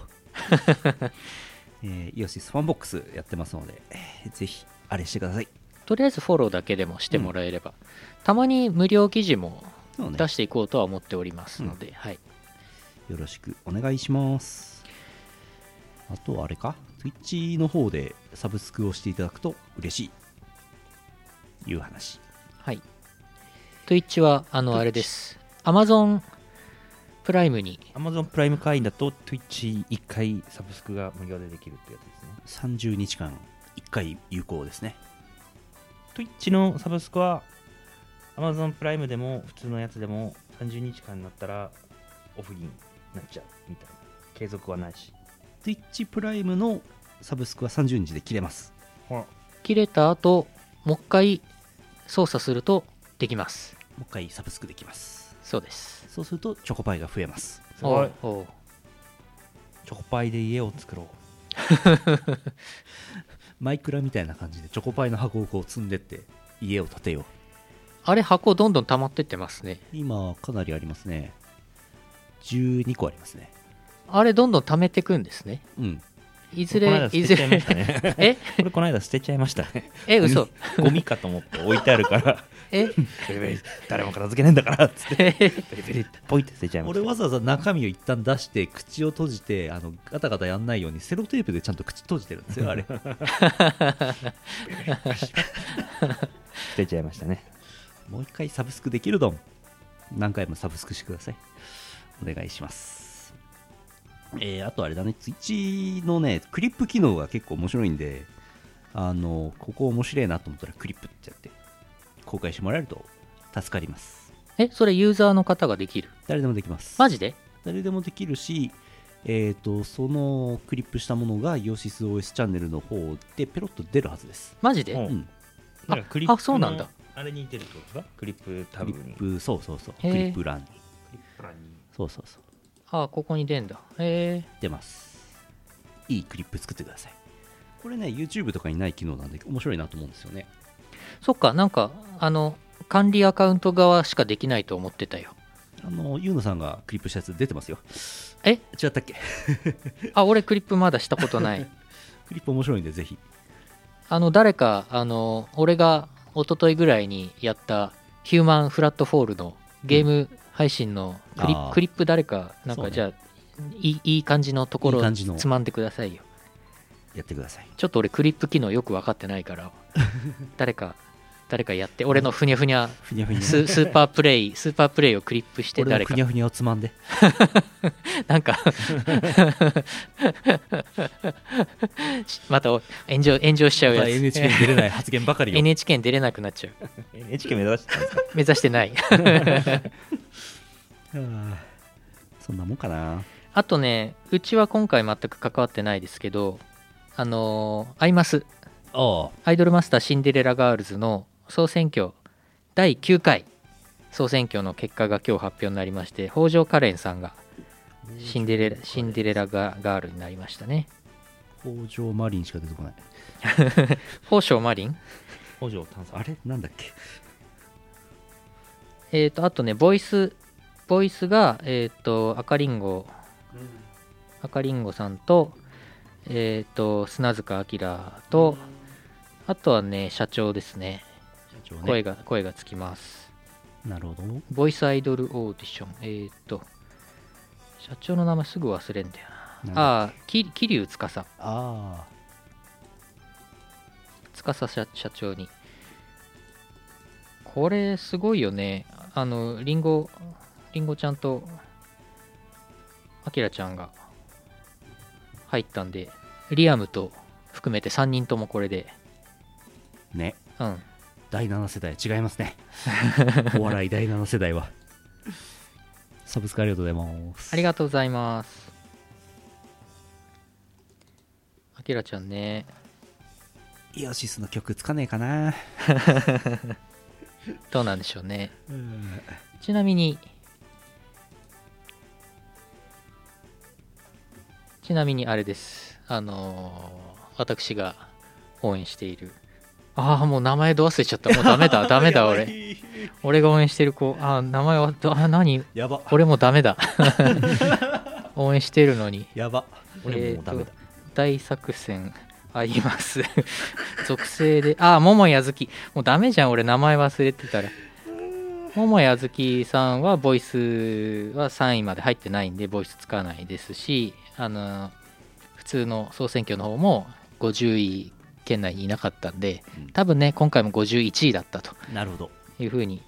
[SPEAKER 2] えーイオシスファンボックスやってますので、えーぜひ、あれしてください。
[SPEAKER 1] とりあえずフォローだけでもしてもらえれば、たまに無料記事も
[SPEAKER 2] そうね
[SPEAKER 1] 出していこうとは思っておりますので、はい、
[SPEAKER 2] よろしくお願いしますあとあれか Twitch の方でサブスクをしていただくと嬉しいいう話
[SPEAKER 1] はい、Twitch はあのあれです Amazon プライムに
[SPEAKER 5] Amazon プライム会員だと Twitch1 回サブスクが無料でできるってやつですね
[SPEAKER 2] 30日間1回有効ですね
[SPEAKER 5] Twitch のサブスクは Amazon プライムでも普通のやつでも30日間になったらオフになっちゃうみたいな継続はないし
[SPEAKER 2] Twitch プライムのサブスクは30日で切れます
[SPEAKER 5] ほら
[SPEAKER 1] 切れた後もう一回操作するとできます
[SPEAKER 2] もう1回サブスクできます
[SPEAKER 1] そうです
[SPEAKER 2] そうするとチョコパイが増えます
[SPEAKER 5] すごい
[SPEAKER 1] おうおう
[SPEAKER 5] チョコパイで家を作ろう
[SPEAKER 2] マイクラみたいな感じでチョコパイの箱をこう積んでって家を建てよう
[SPEAKER 1] あれ箱どんどん溜まってってますね
[SPEAKER 2] 今かなりありますね12個ありますね
[SPEAKER 1] あれどんどん溜めてくんですね
[SPEAKER 2] うん
[SPEAKER 1] いず
[SPEAKER 5] この
[SPEAKER 1] れい
[SPEAKER 5] 間捨て
[SPEAKER 1] ず
[SPEAKER 5] ちゃいま
[SPEAKER 1] れ
[SPEAKER 5] したね
[SPEAKER 1] え
[SPEAKER 5] これこの間捨てちゃいましたね
[SPEAKER 1] え嘘
[SPEAKER 5] ゴミかと思って置いてあるから
[SPEAKER 1] え
[SPEAKER 5] ベリベリ誰も片付けないんだからっつってベリベリってポイって捨てちゃいまし
[SPEAKER 2] 俺
[SPEAKER 5] た
[SPEAKER 2] わざわざ中身を一旦出して口を閉じてあのガタガタやんないようにセロテープでちゃんと口閉じてるんですよあれ
[SPEAKER 5] 捨てちゃいましたね
[SPEAKER 2] もう一回サブスクできるどん何回もサブスクしてくださいお願いしますえー、あとあれだね Twitch のねクリップ機能が結構面白いんであのここ面白いなと思ったらクリップってやって公開してもらえると助かります
[SPEAKER 1] えそれユーザーの方ができる
[SPEAKER 2] 誰でもできます
[SPEAKER 1] マジで
[SPEAKER 2] 誰でもできるし、えー、とそのクリップしたものが YosisOS チャンネルの方でペロッと出るはずです。
[SPEAKER 1] マジで、
[SPEAKER 5] うん
[SPEAKER 2] うん、
[SPEAKER 1] あ
[SPEAKER 5] なんかクリップの
[SPEAKER 1] あそうなんだ
[SPEAKER 5] あれに出るってことかクリップタ
[SPEAKER 2] クリ
[SPEAKER 5] ブに
[SPEAKER 2] ップ、そうそうそう、ク
[SPEAKER 1] へー
[SPEAKER 2] リップ欄に。
[SPEAKER 5] プランに
[SPEAKER 2] そうそうそう、
[SPEAKER 1] あここに出んだへえ
[SPEAKER 2] 出ます。いいクリップ作ってください。これね、YouTube とかにない機能なんで、面白いなと思うんですよね。
[SPEAKER 1] そっかなんかあの管理アカウント側しかできないと思ってたよ
[SPEAKER 2] あの、ゆうのさんがクリップしたやつ出てますよ。
[SPEAKER 1] え
[SPEAKER 2] 違ったっけ
[SPEAKER 1] あ俺クリップまだしたこと ない
[SPEAKER 2] クリップ面白いんで、ぜひ。
[SPEAKER 1] あの誰かあの俺が一昨日ぐらいにやったヒューマンフラットフォールのゲーム配信のクリ,、
[SPEAKER 2] あー
[SPEAKER 1] クリップ誰かなん
[SPEAKER 2] そう
[SPEAKER 1] か
[SPEAKER 2] ね
[SPEAKER 1] じゃあ、いいいい感じのとこ
[SPEAKER 2] いい
[SPEAKER 1] ろ
[SPEAKER 2] 感じの
[SPEAKER 1] つまんでくださいよ
[SPEAKER 2] やってください。
[SPEAKER 1] ちょっと俺クリップ機能よく分かってないから 誰か誰かやって俺のふにゃふにゃ
[SPEAKER 2] ふにゃふにゃ。
[SPEAKER 1] ススーパープレイスーパープレイをクリップして
[SPEAKER 2] 俺の
[SPEAKER 1] 誰
[SPEAKER 2] ふ
[SPEAKER 1] か
[SPEAKER 2] にゃふにゃをつまんで。
[SPEAKER 1] なん か また炎上炎上しちゃうやつ
[SPEAKER 2] NHK に出れない発言ばかりよ。
[SPEAKER 1] NHK に出れなくなっちゃう
[SPEAKER 5] NHK 目指してたんですか
[SPEAKER 1] 目指してない
[SPEAKER 2] はあそんなもんかな。
[SPEAKER 1] あとねうちは今回全く関わってないですけどあのーアイマス
[SPEAKER 2] ああ、
[SPEAKER 1] アイドルマスターシンデレラガールズの総選挙第9回総選挙の結果が今日発表になりまして北条カレンさんがシンデレラシンデレラガガールになりましたね
[SPEAKER 2] 北条マリンしか出てこない
[SPEAKER 1] 北条マリン
[SPEAKER 5] 北条探査
[SPEAKER 2] あれなんだっけ
[SPEAKER 1] えー、とあとねボイスボイスがえっ、と赤リンゴ赤リンゴさんとえっ、と砂塚明とあとはね社長ですね
[SPEAKER 2] 社長ね
[SPEAKER 1] 声が声がつきます
[SPEAKER 2] なるほど
[SPEAKER 1] ボイスアイドルオーディションえっ、と社長の名前すぐ忘れんだよ
[SPEAKER 2] なんだ
[SPEAKER 1] なああ桐生司
[SPEAKER 2] あ
[SPEAKER 1] 司社社長にこれすごいよねあのりんごりんごちゃんとあきらちゃんが入ったんでリアムと含めて3人ともこれで
[SPEAKER 2] あね
[SPEAKER 1] うん
[SPEAKER 2] 第7世代違いますねお笑い第7世代はサブスクありがとうございます
[SPEAKER 1] ありがとうございますあきらちゃんね
[SPEAKER 2] イオシスの曲つかねえかな
[SPEAKER 1] どうなんでしょうね
[SPEAKER 2] うん
[SPEAKER 1] ちなみにちなみにあれですあのー私が応援しているああもう名前ど忘れちゃったもうダメだダメだ俺 俺
[SPEAKER 2] 俺
[SPEAKER 1] が応援してる子ああ名前はあー何
[SPEAKER 2] やば
[SPEAKER 1] 俺もうダメだ 応援してるのに
[SPEAKER 2] やば
[SPEAKER 5] 俺もうダ
[SPEAKER 1] え
[SPEAKER 5] メだ
[SPEAKER 1] ーと大作戦あります 属性であ桃井あずきもうダメじゃん俺名前忘れてたら桃井あずきさんはボイスは3位まで入ってないんでボイスつかないですしあの普通の総選挙の方も50位圏内にいなかったんで
[SPEAKER 2] うん
[SPEAKER 1] 多分ね今回も51位だったと
[SPEAKER 2] なるほど
[SPEAKER 1] いうふうに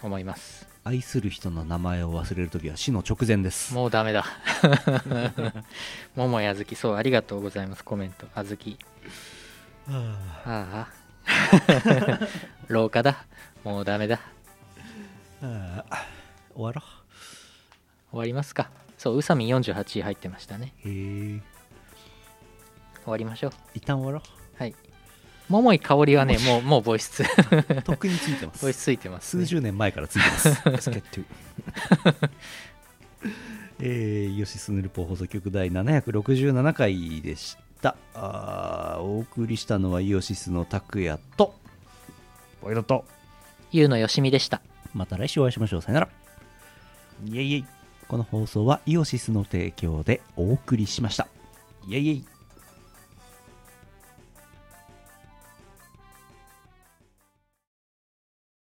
[SPEAKER 1] 思います
[SPEAKER 2] 愛する人の名前を忘れるときは死の直前です
[SPEAKER 1] もうダメ だ。桃井あずき、そう、ありがとうございます、コメント。あずき。ああ。 廊下だ。もうダメだ。
[SPEAKER 2] ああ終わろ
[SPEAKER 1] 終わりますか。そう、宇佐美48位入ってましたね。
[SPEAKER 2] うへえ
[SPEAKER 1] 終わりましょう。
[SPEAKER 2] 一旦終わ
[SPEAKER 1] はい。桃井かおりはね、もう、もうボイス、
[SPEAKER 2] ろうとっくについてま
[SPEAKER 1] ボイ
[SPEAKER 2] す
[SPEAKER 1] スついてます、
[SPEAKER 2] 数
[SPEAKER 1] ね。
[SPEAKER 2] 十年前からついてますスケットゥ えー、よしすぬるぽ放送局第767回でしたあーお送りしたのはイオシスの拓也と
[SPEAKER 5] 俺だと
[SPEAKER 1] ゆうのよしみでした。
[SPEAKER 2] また来週お会いしましょうさよなら
[SPEAKER 5] イエイイエイ
[SPEAKER 2] この放送はイオシスの提供でお送りしましたイエイイエイ